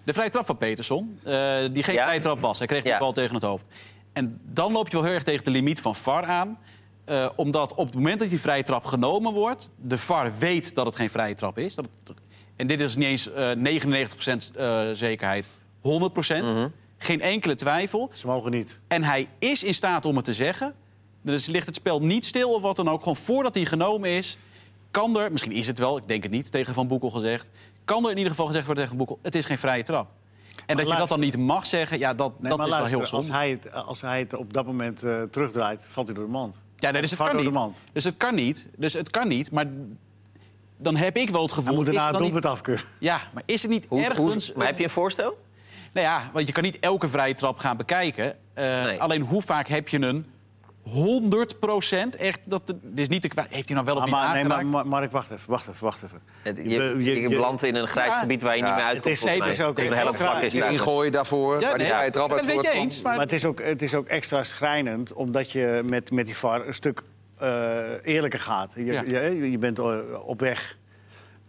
[SPEAKER 3] De vrije trap van Peterson, eh, die geen
[SPEAKER 1] Ja.
[SPEAKER 3] vrije trap was. Hij kreeg
[SPEAKER 1] Ja.
[SPEAKER 3] de bal tegen het hoofd. En dan loop je wel heel erg tegen de limiet van VAR aan. eh, omdat op het moment dat die vrije trap genomen wordt... de VAR weet dat het geen vrije trap is. Dat het- en dit is niet eens eh, 99% eh, zekerheid, 100%.
[SPEAKER 1] Mhm.
[SPEAKER 3] Geen enkele twijfel.
[SPEAKER 2] Ze mogen niet.
[SPEAKER 3] En hij is in staat om het te zeggen. Dus ligt het spel niet stil of wat dan ook. Gewoon voordat hij genomen is, kan er, misschien is het wel, ik denk het niet, tegen Van Boekel gezegd. Kan er in ieder geval gezegd worden tegen Van Boekel: het is geen vrije trap. En dat je dat dan niet mag zeggen, ja, dat,
[SPEAKER 2] Nee,
[SPEAKER 3] dat
[SPEAKER 2] maar
[SPEAKER 3] is
[SPEAKER 2] luister,
[SPEAKER 3] wel heel zonde.
[SPEAKER 2] Als hij, het, als hij het op dat moment eh, terugdraait, valt hij door de mand.
[SPEAKER 3] Ja, nee, dus het
[SPEAKER 2] Var
[SPEAKER 3] kan
[SPEAKER 2] door de
[SPEAKER 3] niet.
[SPEAKER 2] mand.
[SPEAKER 3] Dus het kan niet. Dus het kan niet. Maar dan heb ik wel het gevoel.
[SPEAKER 2] Hij moet
[SPEAKER 3] is
[SPEAKER 2] daarna
[SPEAKER 3] het
[SPEAKER 2] het
[SPEAKER 3] dan niet-
[SPEAKER 2] doelpunt afkeuren.
[SPEAKER 3] Ja, maar is het niet
[SPEAKER 1] Hoe, hoe-
[SPEAKER 3] ergens.
[SPEAKER 1] maar heb je een voorstel?
[SPEAKER 3] Nou ja, want je kan niet elke vrije trap gaan bekijken. Eh,
[SPEAKER 1] Nee.
[SPEAKER 3] Alleen hoe vaak heb je een 100 echt dat de- dit is niet de kwa- heeft hij nou wel of
[SPEAKER 2] Ah,
[SPEAKER 3] niet
[SPEAKER 2] maar, nee,
[SPEAKER 3] aangeraakt?
[SPEAKER 2] maar Mar- Mark, wacht even, wacht even, wacht even.
[SPEAKER 1] Het- Je,
[SPEAKER 2] Je-
[SPEAKER 1] je,
[SPEAKER 2] je- je-
[SPEAKER 1] belandt in een grijs
[SPEAKER 3] Ja.
[SPEAKER 1] gebied waar je niet
[SPEAKER 4] Ja,
[SPEAKER 1] meer
[SPEAKER 2] het
[SPEAKER 1] uitkomt.
[SPEAKER 2] is-
[SPEAKER 1] volgens mij.
[SPEAKER 2] nee, het is ook-
[SPEAKER 1] Tegen een hele
[SPEAKER 2] ook
[SPEAKER 1] vlak
[SPEAKER 2] raar.
[SPEAKER 1] is
[SPEAKER 4] Die
[SPEAKER 1] daar.
[SPEAKER 4] ingooien daarvoor,
[SPEAKER 3] Ja,
[SPEAKER 4] waar
[SPEAKER 3] nee,
[SPEAKER 4] die vrije trap
[SPEAKER 3] dat
[SPEAKER 4] uit
[SPEAKER 3] weet je
[SPEAKER 4] voortkwam.
[SPEAKER 3] eens. Maar,
[SPEAKER 2] Maar het is, ook, het is ook extra schrijnend, omdat je met, met die VAR een stuk eh, eerlijker gaat. Je,
[SPEAKER 3] Ja.
[SPEAKER 2] je, je bent eh, op weg,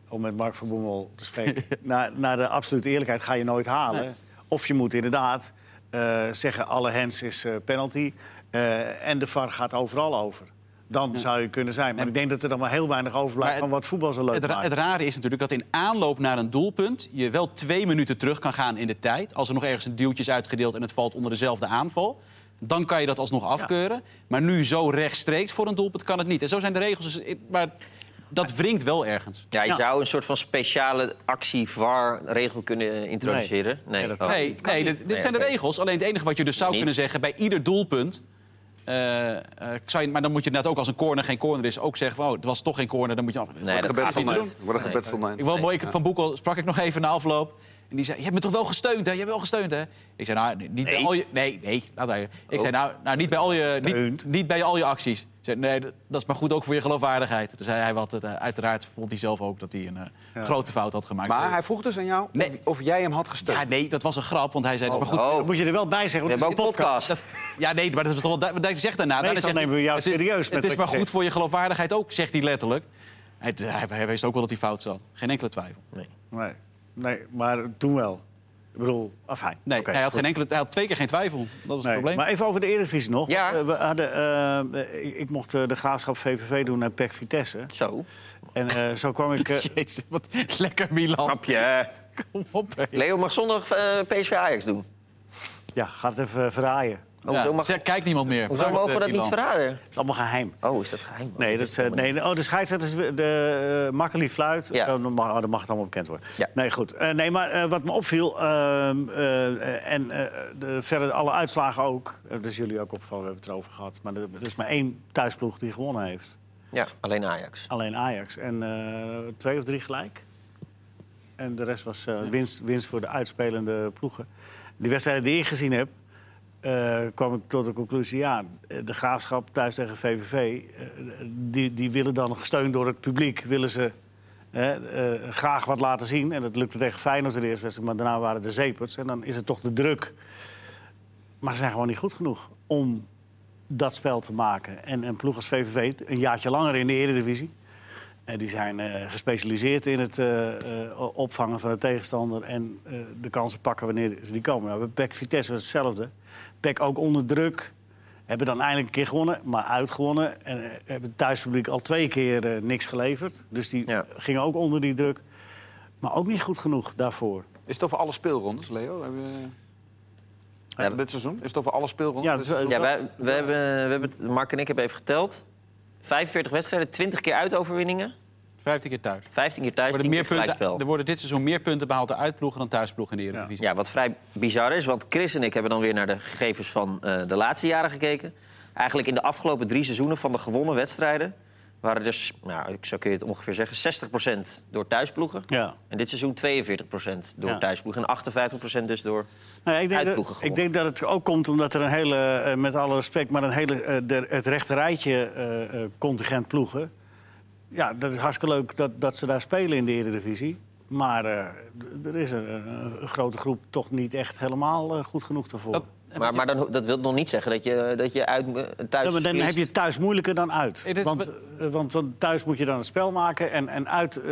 [SPEAKER 2] om met Mark van Bommel te spreken, naar, naar de absolute eerlijkheid ga je nooit halen.
[SPEAKER 3] Nee.
[SPEAKER 2] Of je moet inderdaad eh, zeggen, alle hands is eh, penalty eh, en de VAR gaat overal over. Dan zou je kunnen zijn. Maar ik
[SPEAKER 3] Nee.
[SPEAKER 2] denk dat er dan maar heel weinig overblijft
[SPEAKER 3] Maar
[SPEAKER 2] van wat voetbal zo leuk
[SPEAKER 3] het, ra-
[SPEAKER 2] maakt.
[SPEAKER 3] het rare is natuurlijk dat in aanloop naar een doelpunt je wel twee minuten terug kan gaan in de tijd. Als er nog ergens een duwtje is uitgedeeld en het valt onder dezelfde aanval. Dan kan je dat alsnog afkeuren. Maar nu zo rechtstreeks voor een doelpunt kan het niet. En zo zijn de regels. Dus ik- maar dat wringt wel ergens.
[SPEAKER 1] Ja, je
[SPEAKER 2] Ja.
[SPEAKER 1] zou een soort van speciale actie-VAR-regel kunnen eh, introduceren. Nee,
[SPEAKER 2] Nee, dat
[SPEAKER 1] Oh.
[SPEAKER 3] Nee, nee dit, dit
[SPEAKER 1] Nee,
[SPEAKER 3] zijn
[SPEAKER 1] oké.
[SPEAKER 3] de regels. Alleen het enige wat je dus zou
[SPEAKER 1] Niet.
[SPEAKER 3] kunnen zeggen bij ieder doelpunt. eh, eh, ik zou je- maar dan moet je net ook als een corner geen corner is ook zeggen: wow, het was toch geen corner. Dan moet je af.
[SPEAKER 1] Nee, dat
[SPEAKER 4] Gebed
[SPEAKER 1] gaat niet
[SPEAKER 4] van
[SPEAKER 1] doen.
[SPEAKER 4] Nijs. Wordt een gebed van Nijs.
[SPEAKER 3] Ik wil mooi, ik, van Boekel sprak ik nog even na afloop. En die zei, je hebt me toch wel gesteund, hè? Je hebt wel gesteund, hè? Ik zei, nou, niet bij
[SPEAKER 1] Nee.
[SPEAKER 3] al je... Nee, nee, laat maar. Ik
[SPEAKER 1] Oh.
[SPEAKER 3] zei, nou, nou niet, bij al je, niet,
[SPEAKER 2] Steunt.
[SPEAKER 3] niet bij al je acties. Ik zei, nee, dat, dat is maar goed ook voor je geloofwaardigheid. Dus hij, hij had het, eh, uiteraard vond hij zelf ook dat hij een eh, grote fout had gemaakt.
[SPEAKER 4] Maar hij vroeg dus aan jou
[SPEAKER 3] Nee.
[SPEAKER 4] of, of jij hem had gesteund.
[SPEAKER 3] Ja, nee, dat was een grap, want hij zei, dat is maar goed...
[SPEAKER 2] Dat
[SPEAKER 1] Oh,
[SPEAKER 2] moet je er wel bij zeggen.
[SPEAKER 1] we
[SPEAKER 2] want
[SPEAKER 1] hebben ook
[SPEAKER 2] het
[SPEAKER 1] een
[SPEAKER 2] is een podcast.
[SPEAKER 1] podcast.
[SPEAKER 3] Dat- ja, nee, maar dat is toch wel... du- Want hij zegt daarna... daarna
[SPEAKER 2] Meestal
[SPEAKER 3] zegt hij,
[SPEAKER 2] nemen we jou
[SPEAKER 3] het is-
[SPEAKER 2] serieus met
[SPEAKER 3] Het is
[SPEAKER 2] wat
[SPEAKER 3] maar
[SPEAKER 2] je
[SPEAKER 3] goed
[SPEAKER 2] zegt.
[SPEAKER 3] voor je geloofwaardigheid ook, zegt hij letterlijk. Hij, eh, hij, hij wist ook wel dat hij fout zat. Geen enkele twijfel.
[SPEAKER 2] Nee, nee, maar toen wel. Ik bedoel, afijn.
[SPEAKER 3] Nee,
[SPEAKER 2] Oké,
[SPEAKER 3] hij, had
[SPEAKER 2] goed.
[SPEAKER 3] geen enkele, hij had twee keer geen twijfel. Dat was het
[SPEAKER 2] Nee,
[SPEAKER 3] probleem.
[SPEAKER 2] Maar even over de Eredivisie nog.
[SPEAKER 1] Ja.
[SPEAKER 2] Eh, we hadden, eh, ik, ik mocht eh, de Graafschap VVV doen en PEC Vitesse.
[SPEAKER 1] Zo.
[SPEAKER 2] En eh, zo kwam ik... eh,
[SPEAKER 3] Jezus, wat lekker Milan.
[SPEAKER 1] Grapje.
[SPEAKER 3] Kom op, hè.
[SPEAKER 1] Leo mag zondag eh, PSV Ajax doen.
[SPEAKER 2] ja, gaat het even eh, verraaien.
[SPEAKER 1] Oh,
[SPEAKER 3] Ja,
[SPEAKER 1] zo mag-
[SPEAKER 3] zeg, kijkt niemand meer.
[SPEAKER 1] Hoezo mogen we dat niet verraden?
[SPEAKER 2] Het is allemaal geheim.
[SPEAKER 1] Oh, is dat geheim?
[SPEAKER 2] Nee, dat is, eh, nee, oh, de scheidsrechter is weer- de uh, makkelijk fluit.
[SPEAKER 1] Ja.
[SPEAKER 2] Oh, dan, mag, oh, dan mag het allemaal bekend worden.
[SPEAKER 1] Ja.
[SPEAKER 2] Nee, goed. Eh, nee, maar eh, wat me opviel, ehm, eh, en eh, de, verder alle uitslagen ook. eh, dat is jullie ook opgevallen, we hebben het erover gehad. Maar er, er is maar één thuisploeg die gewonnen heeft.
[SPEAKER 1] Ja, alleen Ajax.
[SPEAKER 2] Alleen Ajax. En eh, twee of drie gelijk. En de rest was eh, winst, winst voor de uitspelende ploegen. Die wedstrijden die ik gezien heb, eh, kwam ik tot de conclusie... ja, de Graafschap thuis tegen VVV... eh, die, die willen dan gesteund door het publiek, willen ze... hè, eh, graag wat laten zien. En dat lukte tegen Feyenoord in de eerste wedstrijd, maar daarna waren het de zeepers. En dan is het toch de druk. Maar ze zijn gewoon niet goed genoeg om dat spel te maken. En een ploeg als VVV, een jaartje langer in de Eredivisie... En die zijn eh, gespecialiseerd in het eh, eh, opvangen van de tegenstander en eh, de kansen pakken wanneer ze die komen. Nou, bij PEC Vitesse was hetzelfde. PEC ook onder druk. Hebben dan eindelijk een keer gewonnen, maar uitgewonnen. En eh, hebben het thuispubliek al twee keer eh, niks geleverd. Dus die
[SPEAKER 1] Ja.
[SPEAKER 2] gingen ook onder die druk. Maar ook niet goed genoeg daarvoor.
[SPEAKER 4] Is het over alle speelrondes, Leo? Heb je-
[SPEAKER 1] Ja,
[SPEAKER 4] dit seizoen? Is het over alle speelrondes?
[SPEAKER 2] Ja, dat is wel-
[SPEAKER 1] Ja, wij, we hebben, we hebben het, Mark en ik hebben even geteld. 45 wedstrijden, 20 keer uitoverwinningen.
[SPEAKER 3] Vijftien keer thuis. Er
[SPEAKER 1] 15 keer thuis, 10
[SPEAKER 3] worden, meer
[SPEAKER 1] keer
[SPEAKER 3] punten,
[SPEAKER 1] gelijkspel.
[SPEAKER 3] er worden dit seizoen meer punten behaald door uitploegen dan thuisploegen in de Eredivisie.
[SPEAKER 1] Ja, wat vrij bizar is, want Chris en ik hebben dan weer naar de gegevens van eh, de laatste jaren gekeken. Eigenlijk in de afgelopen drie seizoenen van de gewonnen wedstrijden... waren dus, nou, ik zou kun je het ongeveer zeggen, 60% door thuisploegen.
[SPEAKER 2] Ja.
[SPEAKER 1] En dit seizoen 42% door
[SPEAKER 2] Ja.
[SPEAKER 1] thuisploegen en 58% dus door...
[SPEAKER 2] Nou ja, ik, denk dat,
[SPEAKER 1] Uitploegen
[SPEAKER 2] ik
[SPEAKER 1] gewonnen.
[SPEAKER 2] denk dat het ook komt omdat er een hele, eh, met alle respect, maar een hele, eh, de- het rechterrijtje eh, eh, contingent ploegen. Ja, dat is hartstikke leuk dat, dat ze daar spelen in de Eredivisie. Maar eh, d- er is een, een- een grote groep toch niet echt helemaal eh, goed genoeg daarvoor.
[SPEAKER 3] Dat-
[SPEAKER 1] Maar, maar dan, dat wil nog niet zeggen dat je, dat je uit, eh, thuis...
[SPEAKER 2] Ja, maar dan
[SPEAKER 1] verliest.
[SPEAKER 2] heb je het thuis moeilijker dan uit.
[SPEAKER 3] Het is-
[SPEAKER 2] Want, eh, want, want thuis moet je dan het spel maken en, en uit eh,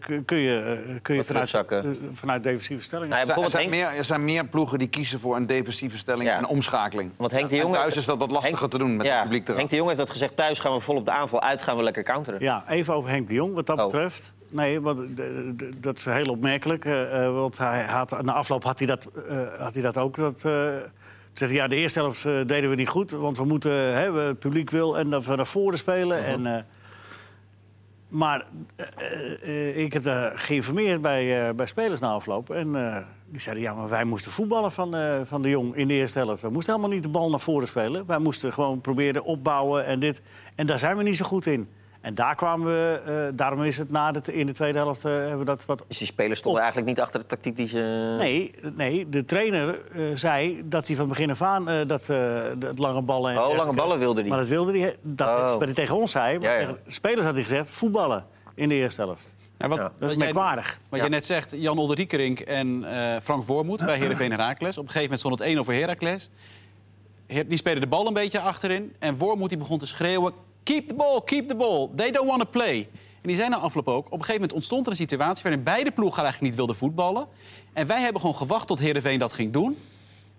[SPEAKER 2] k- kun je, eh, kun je
[SPEAKER 1] Wat
[SPEAKER 2] vanuit,
[SPEAKER 1] terugzakken.
[SPEAKER 2] eh, vanuit defensieve stellingen.
[SPEAKER 1] Nou ja,
[SPEAKER 4] Er zijn, er
[SPEAKER 1] bijvoorbeeld
[SPEAKER 4] zijn
[SPEAKER 1] Henk-
[SPEAKER 4] meer, er zijn meer ploegen die kiezen voor een defensieve stelling
[SPEAKER 1] Ja.
[SPEAKER 4] en omschakeling.
[SPEAKER 1] Want Henk de
[SPEAKER 4] En
[SPEAKER 1] Jong...
[SPEAKER 4] thuis is dat wat lastiger
[SPEAKER 1] Henk-
[SPEAKER 4] te doen met
[SPEAKER 1] ja,
[SPEAKER 4] het publiek eraf.
[SPEAKER 1] Henk de Jong heeft dat gezegd. Thuis gaan we vol op de aanval. Uit gaan we lekker counteren.
[SPEAKER 2] Ja, even over Henk de Jong, wat dat
[SPEAKER 1] Oh.
[SPEAKER 2] betreft. Nee, want eh, d- d- dat is heel opmerkelijk. eh, eh, want hij had, na afloop had hij dat, eh, had hij dat ook. Dat, eh, toen zei hij, ja, de eerste helft eh, deden we niet goed. Want we moeten, hè, we- het publiek wil en dat we naar voren spelen. en, eh, maar eh, eh, ik heb daar geïnformeerd bij, eh, bij spelers na afloop. En eh, die zeiden, ja, maar wij moesten voetballen van, eh, van de Jong in de eerste helft. We moesten helemaal niet de bal naar voren spelen. Wij moesten gewoon proberen opbouwen en dit. En daar zijn we niet zo goed in. En daar kwamen we, eh, daarom is het na de, in de tweede helft eh, hebben we dat wat...
[SPEAKER 1] Dus die spelers stonden eigenlijk niet achter de tactiek die ze...
[SPEAKER 2] Nee, nee de trainer eh, zei dat hij van begin af aan eh, dat, eh, de- het lange ballen... en
[SPEAKER 1] Oh, lange
[SPEAKER 2] dergelijke-
[SPEAKER 1] ballen wilde die.
[SPEAKER 2] Maar dat wilde hij, dat
[SPEAKER 1] Oh.
[SPEAKER 2] is wat hij tegen ons zei. Maar
[SPEAKER 1] Ja, ja.
[SPEAKER 2] tegen de spelers had hij gezegd, voetballen in de eerste helft.
[SPEAKER 3] Ja, wat,
[SPEAKER 1] Ja.
[SPEAKER 3] wat
[SPEAKER 2] Dat is
[SPEAKER 3] jij-
[SPEAKER 2] merkwaardig.
[SPEAKER 3] Wat jij net zegt, Jan Olderiekerink en eh, Frank Voormoed bij Heerenveen Heracles. Op een gegeven moment stond het 1 voor Heracles. Her- Die spelen de bal een beetje achterin. En Voormoed die begon te schreeuwen... Keep the ball, keep the ball. They don't want to play. En die zijn na afloop ook... Op een gegeven moment ontstond er een situatie... waarin beide ploegen eigenlijk niet wilden voetballen. En wij hebben gewoon gewacht tot Heerenveen dat ging doen.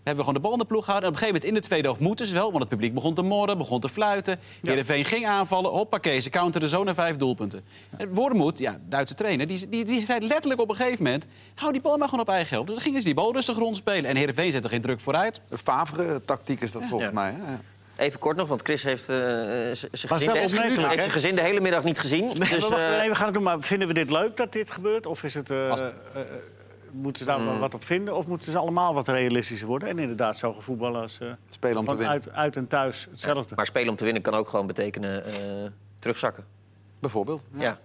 [SPEAKER 3] Hebben we gewoon de bal in de ploeg gehouden. En op een gegeven moment in de tweede helft moeten ze wel. Want het publiek begon te morren, begon te fluiten. Heerenveen ging aanvallen. Hoppakee, ze counterden zo naar vijf doelpunten. En Wormoed, ja, Duitse trainer, die, die, die zei letterlijk op een gegeven moment... hou die bal maar gewoon op eigen helft. Dus dan gingen ze die bal rustig rondspelen. En Heerenveen zette geen druk vooruit.
[SPEAKER 4] Een favre tactiek is dat volgens
[SPEAKER 1] Ja.
[SPEAKER 4] mij. Hè?
[SPEAKER 1] Even kort nog, want Chris heeft eh, eh, z- zijn
[SPEAKER 2] wel
[SPEAKER 1] gezin, heeft
[SPEAKER 2] opmerkelijk,
[SPEAKER 1] heeft
[SPEAKER 2] hè?
[SPEAKER 1] zijn gezin de hele middag niet gezien. dus,
[SPEAKER 2] Maar wacht,
[SPEAKER 1] eh,
[SPEAKER 2] nee, we gaan het doen, maar vinden we dit leuk dat dit gebeurt? Of is het, eh, eh, eh, moeten ze daar
[SPEAKER 4] Hmm.
[SPEAKER 2] wel wat op vinden? Of moeten ze allemaal wat realistischer worden? En inderdaad zo gaan voetballen als eh,
[SPEAKER 4] Spelen om te
[SPEAKER 2] gewoon
[SPEAKER 4] winnen,
[SPEAKER 2] uit, uit en thuis hetzelfde.
[SPEAKER 1] maar spelen om te winnen kan ook gewoon betekenen eh, terugzakken.
[SPEAKER 4] bijvoorbeeld.
[SPEAKER 1] Ja.
[SPEAKER 4] Ja.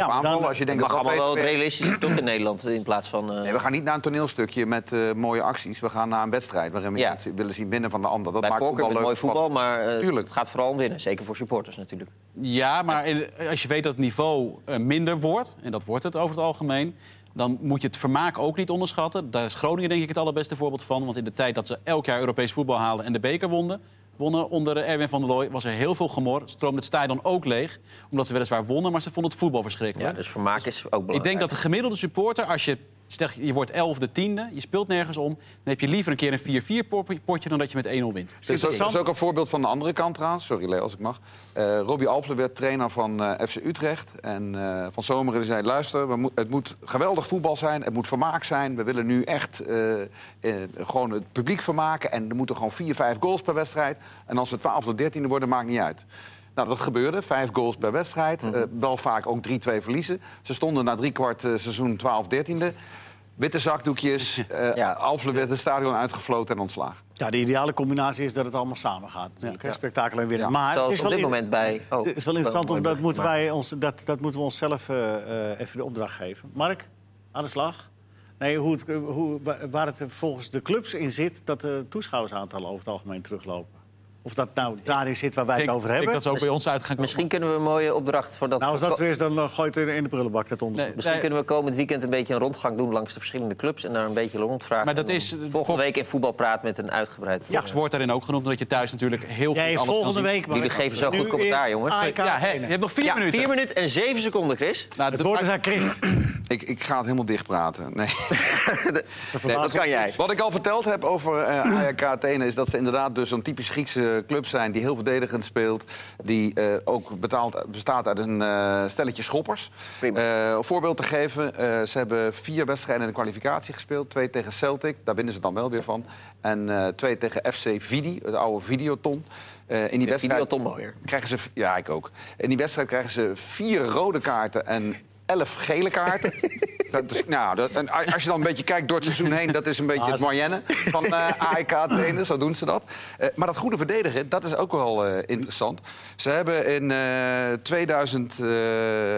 [SPEAKER 2] Ja, maar dan-
[SPEAKER 4] aanvallen. Als je denkt
[SPEAKER 1] Nou, eh, mag
[SPEAKER 4] dat dat
[SPEAKER 1] allemaal wel wat
[SPEAKER 4] beter-
[SPEAKER 1] realistisch doen in Nederland in plaats van... eh,
[SPEAKER 4] Nee, we gaan niet naar een toneelstukje met eh, mooie acties. We gaan naar een wedstrijd waarin we
[SPEAKER 1] Ja.
[SPEAKER 4] iets willen zien winnen van de ander. Dat
[SPEAKER 1] bij
[SPEAKER 4] maakt
[SPEAKER 1] voorkeur
[SPEAKER 4] voetbal
[SPEAKER 1] met
[SPEAKER 4] leuk.
[SPEAKER 1] mooi voetbal, maar eh,
[SPEAKER 4] Tuurlijk.
[SPEAKER 1] het gaat vooral om winnen. Zeker voor supporters natuurlijk.
[SPEAKER 3] Ja, maar in- als je weet dat het niveau eh, minder wordt, en dat wordt het over het algemeen, dan moet je het vermaak ook niet onderschatten. Daar is Groningen denk ik het allerbeste voorbeeld van. Want in de tijd dat ze elk jaar Europees voetbal halen en de beker wonnen, wonnen onder Erwin van der Looy, was er heel veel gemor. Stroomde het stadion ook leeg, omdat ze weliswaar wonnen, maar ze vonden het voetbal
[SPEAKER 1] Ja,
[SPEAKER 3] verschrikkelijk.
[SPEAKER 1] dus vermaak is ook belangrijk.
[SPEAKER 3] Ik denk dat de gemiddelde supporter, als je stel je wordt elfde, tiende, je speelt nergens om, dan heb je liever een keer een 4-4 por- potje dan dat je met 1-0 wint.
[SPEAKER 4] Dus dat dat is ook een voorbeeld van de andere kant trouwens. Sorry Leo, als ik mag. Eh Robbie Alpler werd trainer van eh, FC Utrecht. En eh, Van Zomeren die zei, luister, we mo- het moet geweldig voetbal zijn. Het moet vermaak zijn. We willen nu echt eh, eh, gewoon het publiek vermaken. En er moeten gewoon vier, vijf goals per wedstrijd. En als we twaalfde of dertiende worden, maakt niet uit. Nou, dat gebeurde. Vijf goals per wedstrijd. Eh, wel vaak ook 3-2 verliezen. Ze stonden na drie kwart eh, seizoen 12-13e. Witte zakdoekjes. Eh
[SPEAKER 1] Ja.
[SPEAKER 4] Alpler werd het stadion uitgefloten en ontslagen.
[SPEAKER 2] Ja, de ideale combinatie is dat het allemaal samen gaat. Natuurlijk, hè. Spektakel en winnen.
[SPEAKER 4] Ja,
[SPEAKER 2] Maar
[SPEAKER 1] Zoals
[SPEAKER 2] het is
[SPEAKER 1] op
[SPEAKER 2] wel
[SPEAKER 1] dit
[SPEAKER 2] in-
[SPEAKER 1] moment bij... Oh,
[SPEAKER 2] Het is wel interessant,
[SPEAKER 1] mooi
[SPEAKER 2] om, dat,
[SPEAKER 1] brug
[SPEAKER 2] moeten
[SPEAKER 1] gemaakt.
[SPEAKER 2] wij ons, dat, dat moeten we onszelf eh, eh, even de opdracht geven. Mark, aan de slag. Nee, hoe het, hoe, wa- waar het er volgens de clubs in zit dat de toeschouwersaantallen over het algemeen teruglopen. Of dat nou daarin zit waar wij
[SPEAKER 3] Ik
[SPEAKER 2] het
[SPEAKER 3] denk-
[SPEAKER 2] over
[SPEAKER 3] ik denk
[SPEAKER 2] hebben.
[SPEAKER 3] dat ze ook bij ons uit gaan komen.
[SPEAKER 1] Misschien kunnen we een mooie opdracht voor dat...
[SPEAKER 2] Nou, als dat
[SPEAKER 1] voor-
[SPEAKER 2] zo is, dan eh, gooit het in de prullenbak dat onderzoek.
[SPEAKER 3] Nee,
[SPEAKER 1] Misschien
[SPEAKER 3] nee.
[SPEAKER 1] kunnen we komend weekend een beetje een rondgang doen langs de verschillende clubs en daar een beetje rondvragen.
[SPEAKER 3] Maar dat
[SPEAKER 1] En dan
[SPEAKER 3] is-
[SPEAKER 1] volgende week in voetbal praat met een uitgebreid.
[SPEAKER 2] Ja.
[SPEAKER 3] Het wordt daarin ook genoemd, omdat je thuis natuurlijk heel goed
[SPEAKER 2] Jij
[SPEAKER 3] alles kan
[SPEAKER 2] volgende
[SPEAKER 3] zien.
[SPEAKER 2] week. Mark.
[SPEAKER 1] Jullie geven zo
[SPEAKER 2] Nu
[SPEAKER 1] goed commentaar,
[SPEAKER 2] in
[SPEAKER 1] jongens.
[SPEAKER 2] AEK
[SPEAKER 3] Ja, hè, je
[SPEAKER 2] Arena.
[SPEAKER 3] hebt nog vier
[SPEAKER 1] Ja,
[SPEAKER 3] minuten.
[SPEAKER 1] vier minuten en zeven seconden, Chris.
[SPEAKER 3] Nou,
[SPEAKER 2] Het
[SPEAKER 3] de-
[SPEAKER 2] woord is aan Chris.
[SPEAKER 4] Ik, ik ga het helemaal dicht praten. Nee.
[SPEAKER 1] Nee, dat kan jij.
[SPEAKER 4] Wat ik al verteld heb over eh AEK Athene... is dat ze inderdaad dus een typisch Griekse club zijn... die heel verdedigend speelt. Die eh, ook betaald, bestaat uit een eh, stelletje schoppers.
[SPEAKER 1] Prima.
[SPEAKER 4] Eh, om voorbeeld te geven, eh, ze hebben vier wedstrijden in de kwalificatie gespeeld. Twee tegen Celtic, daar winnen ze dan wel weer van. En eh, twee tegen FC Vidi, het oude Videoton. Eh, in die wedstrijd
[SPEAKER 1] Videoton mooier.
[SPEAKER 4] krijgen ze... Ja, ik ook. In die wedstrijd krijgen ze vier rode kaarten en elf gele kaarten. dat is, nou, dat, en a- als je dan een beetje kijkt door het seizoen heen... Ah, dat is een beetje het moyenne van eh AEK Athene. Zo doen ze dat. Eh, maar dat goede verdedigen, dat is ook wel eh, interessant. Ze hebben in eh 2000... eh,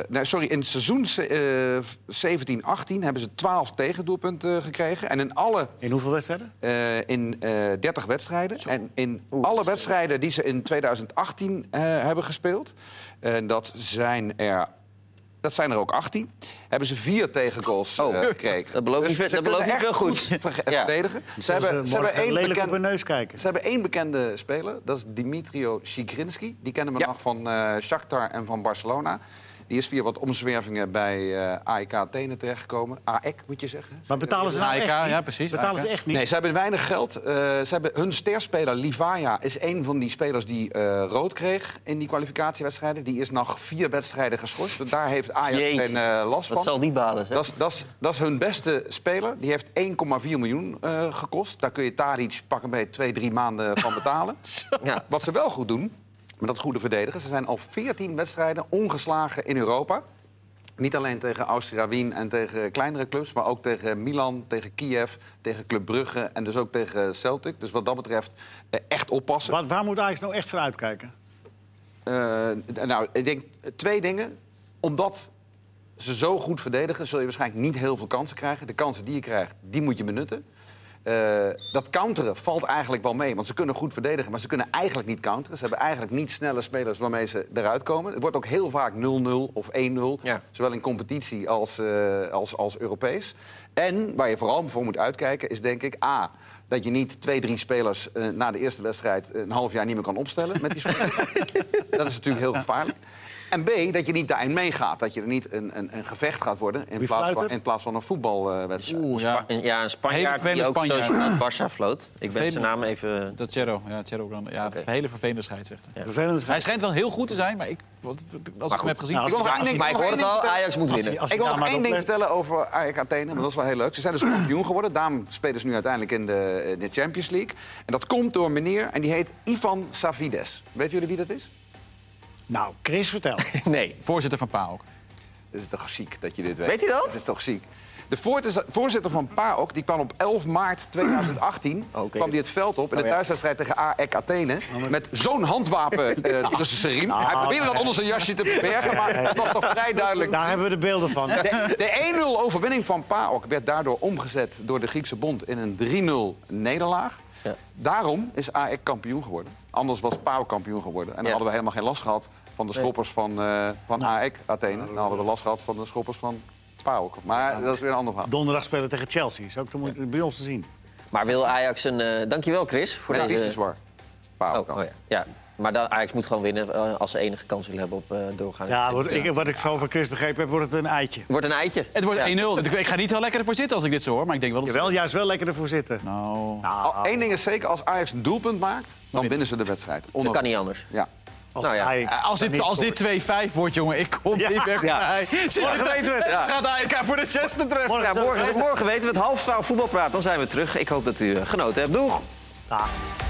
[SPEAKER 4] nee, sorry, in het seizoen eh 17-18 hebben ze 12 tegendoelpunten eh, gekregen. En in alle
[SPEAKER 2] In hoeveel wedstrijden?
[SPEAKER 4] eh, in eh 30 wedstrijden. En in alle wedstrijden die ze in 2018 eh, hebben gespeeld, en dat zijn er. Dat zijn er ook 18. Hebben ze vier tegengoals
[SPEAKER 1] Oh,
[SPEAKER 4] eh, gekregen.
[SPEAKER 1] dat belooft niet
[SPEAKER 4] ze
[SPEAKER 1] veel- dat
[SPEAKER 4] kunnen
[SPEAKER 1] belooft niet
[SPEAKER 4] echt
[SPEAKER 1] veel goed.
[SPEAKER 4] verge-
[SPEAKER 1] Ja.
[SPEAKER 4] verdedigen. Ze hebben,
[SPEAKER 2] Zullen
[SPEAKER 4] ze, hebben één
[SPEAKER 2] lelijk op
[SPEAKER 4] bekende,
[SPEAKER 2] hun neus kijken.
[SPEAKER 4] ze hebben één bekende speler. Dat is Dimitrio Sigrinski. Die kennen we
[SPEAKER 1] Ja.
[SPEAKER 4] nog van eh Shakhtar en van Barcelona. Die is via wat omzwervingen bij eh AEK Athene terechtgekomen. AEK moet je zeggen.
[SPEAKER 2] Maar betalen ze nou
[SPEAKER 3] AEK,
[SPEAKER 2] echt niet?
[SPEAKER 3] ja, precies,
[SPEAKER 2] Betalen
[SPEAKER 3] AEK.
[SPEAKER 2] ze echt niet?
[SPEAKER 4] Nee, ze hebben weinig geld. Eh, ze hebben, hun sterspeler Livaya is een van die spelers die eh, rood kreeg in die kwalificatiewedstrijden. Die is nog vier wedstrijden geschorst. Dus Daar heeft Ajax
[SPEAKER 1] Jeetje.
[SPEAKER 4] geen eh, last
[SPEAKER 1] Dat
[SPEAKER 4] van.
[SPEAKER 1] zal die balen zijn.
[SPEAKER 4] Dat is- Dat is- dat is hun beste speler. Die heeft 1,4 miljoen eh, gekost. Daar kun je Taric pak een beetje twee, drie maanden van betalen.
[SPEAKER 1] Ja.
[SPEAKER 4] Wat ze wel goed doen, met dat goede verdedigen... ze zijn al 14 wedstrijden ongeslagen in Europa. Niet alleen tegen Austria Wien en tegen kleinere clubs... maar ook tegen Milan, tegen Kiev, tegen Club Brugge... en dus ook tegen Celtic. Dus wat dat betreft eh, echt oppassen.
[SPEAKER 2] Wat, waar moet Ajax nou echt voor uitkijken?
[SPEAKER 4] Eh, d- nou, ik denk twee dingen. Omdat ze zo goed verdedigen, zul je waarschijnlijk niet heel veel kansen krijgen. De kansen die je krijgt, die moet je benutten. Eh, dat counteren valt eigenlijk wel mee. Want ze kunnen goed verdedigen, maar ze kunnen eigenlijk niet counteren. Ze hebben eigenlijk niet snelle spelers waarmee ze eruit komen. Het wordt ook heel vaak 0-0 of 1-0.
[SPEAKER 1] Ja.
[SPEAKER 4] Zowel in competitie als, eh, als, als Europees. En waar je vooral voor moet uitkijken is denk ik... A, dat je niet twee, drie spelers eh, na de eerste wedstrijd... een half jaar niet meer kan opstellen met die spelers. dat is natuurlijk heel gevaarlijk. En B, dat je niet daarin meegaat. Dat je er niet een, een, een gevecht gaat worden... in,
[SPEAKER 2] Wie
[SPEAKER 4] plaats
[SPEAKER 2] fluit
[SPEAKER 4] van,
[SPEAKER 2] er?
[SPEAKER 4] in plaats van een voetbalwedstrijd.
[SPEAKER 3] Oeh,
[SPEAKER 1] Ja,
[SPEAKER 3] ja.
[SPEAKER 1] een, ja, een
[SPEAKER 3] Hele
[SPEAKER 1] Spanjaard die
[SPEAKER 3] vervelende
[SPEAKER 1] ook zo
[SPEAKER 3] Spanjaard.
[SPEAKER 1] aan Barça floot. Ik ben zijn naam even...
[SPEAKER 3] Dat Cerro. Ja, Cerro Grande. Ja,
[SPEAKER 1] Oké.
[SPEAKER 3] een hele vervelende scheidsrechter.
[SPEAKER 2] Vervelend is-
[SPEAKER 3] Hij schijnt wel heel goed te zijn, maar ik, wat- als ik hem
[SPEAKER 4] goed.
[SPEAKER 3] heb gezien...
[SPEAKER 2] Nou,
[SPEAKER 4] Ik wil nog
[SPEAKER 2] Ja,
[SPEAKER 4] één
[SPEAKER 2] als-
[SPEAKER 4] ding-
[SPEAKER 1] Maar
[SPEAKER 4] ik
[SPEAKER 1] ik
[SPEAKER 4] wil
[SPEAKER 1] hoor
[SPEAKER 4] nog
[SPEAKER 1] het al,
[SPEAKER 4] één ding vertellen.
[SPEAKER 1] Ajax moet
[SPEAKER 2] als hij-
[SPEAKER 1] winnen.
[SPEAKER 2] als
[SPEAKER 4] Ik
[SPEAKER 2] hij daar
[SPEAKER 4] wil nog
[SPEAKER 2] maar
[SPEAKER 4] één
[SPEAKER 2] op
[SPEAKER 4] ding
[SPEAKER 2] let.
[SPEAKER 4] vertellen over AEK Athene. want Dat is wel heel leuk. Ze zijn dus kampioen geworden. Daarom spelen ze nu uiteindelijk in de, in de Champions League. En dat komt door een meneer en die heet Ivan Savides. Weten jullie wie dat is?
[SPEAKER 2] Nou, Chris, vertel.
[SPEAKER 1] Nee.
[SPEAKER 3] Voorzitter van PAOK.
[SPEAKER 4] Dit is toch ziek dat je dit weet.
[SPEAKER 1] Weet hij dat?
[SPEAKER 4] Het is toch ziek. De voortes- voorzitter van PAOK, die kwam op 11 maart 2018
[SPEAKER 1] Oh, Oké. Oh,
[SPEAKER 4] kwam die het veld op in de
[SPEAKER 1] ja. Oh,
[SPEAKER 4] thuiswedstrijd tegen AEK Athene. Met zo'n handwapen eh, tussen zijn riem. Hij
[SPEAKER 1] Ah.
[SPEAKER 4] probeerde dat onder zijn jasje te verbergen, maar het was toch vrij duidelijk.
[SPEAKER 2] Daar hebben we de beelden van.
[SPEAKER 4] De, de 1-0 overwinning van PAOK werd daardoor omgezet door de Griekse bond in een 3-0 nederlaag.
[SPEAKER 1] Ja.
[SPEAKER 4] Daarom is AEK kampioen geworden. Anders was PAOK kampioen geworden. En dan
[SPEAKER 1] Ja. Nou.
[SPEAKER 4] hadden we helemaal geen last gehad van de schoppers van, eh van AEK Athene. Dan hadden we last gehad van de schoppers van PAOK. Maar dat is weer een ander verhaal.
[SPEAKER 2] Donderdag spelen tegen Chelsea. Is ook te moe- bij ons te zien.
[SPEAKER 1] Maar wil Ajax een... eh, dankjewel, Chris. Voor
[SPEAKER 4] Nee,
[SPEAKER 1] deze...
[SPEAKER 4] is waar. PAOK.
[SPEAKER 1] Oh, oh ja. ja. Maar dan, Ajax moet gewoon winnen eh, als ze enige kans willen hebben op eh, doorgaan.
[SPEAKER 2] Ja, wat ik, wat ik zo van Chris begrepen heb, wordt het een eitje.
[SPEAKER 1] Wordt een eitje.
[SPEAKER 3] Het wordt
[SPEAKER 1] Ja.
[SPEAKER 3] 1-0. Ik- Ik ga niet heel lekker ervoor zitten als ik dit zo hoor, maar ik denk wel dat...
[SPEAKER 2] Jawel, juist wel lekker ervoor zitten.
[SPEAKER 3] Nou,
[SPEAKER 4] Al- Eén ding is zeker, als Ajax een doelpunt maakt, dan winnen ze de wedstrijd.
[SPEAKER 1] Dat
[SPEAKER 4] Onder-
[SPEAKER 1] kan niet anders.
[SPEAKER 4] Ja.
[SPEAKER 2] Als
[SPEAKER 1] nou ja.
[SPEAKER 2] Ajax
[SPEAKER 3] Als dit,
[SPEAKER 2] niet
[SPEAKER 3] als
[SPEAKER 2] scoort.
[SPEAKER 3] dit 2-5 wordt, jongen, ik kom
[SPEAKER 2] Ja.
[SPEAKER 3] niet meer
[SPEAKER 1] Ja.
[SPEAKER 3] bij. Zit
[SPEAKER 2] Morgen
[SPEAKER 3] je-
[SPEAKER 2] weten we het.
[SPEAKER 3] Gaat AEK voor de zesde terug.
[SPEAKER 2] Morgen-
[SPEAKER 1] Ja, morgen, morgen weten we het. Half vrouw voetbalpraat, dan zijn we terug. Ik hoop dat u eh, genoten hebt. Doeg!
[SPEAKER 2] Ah.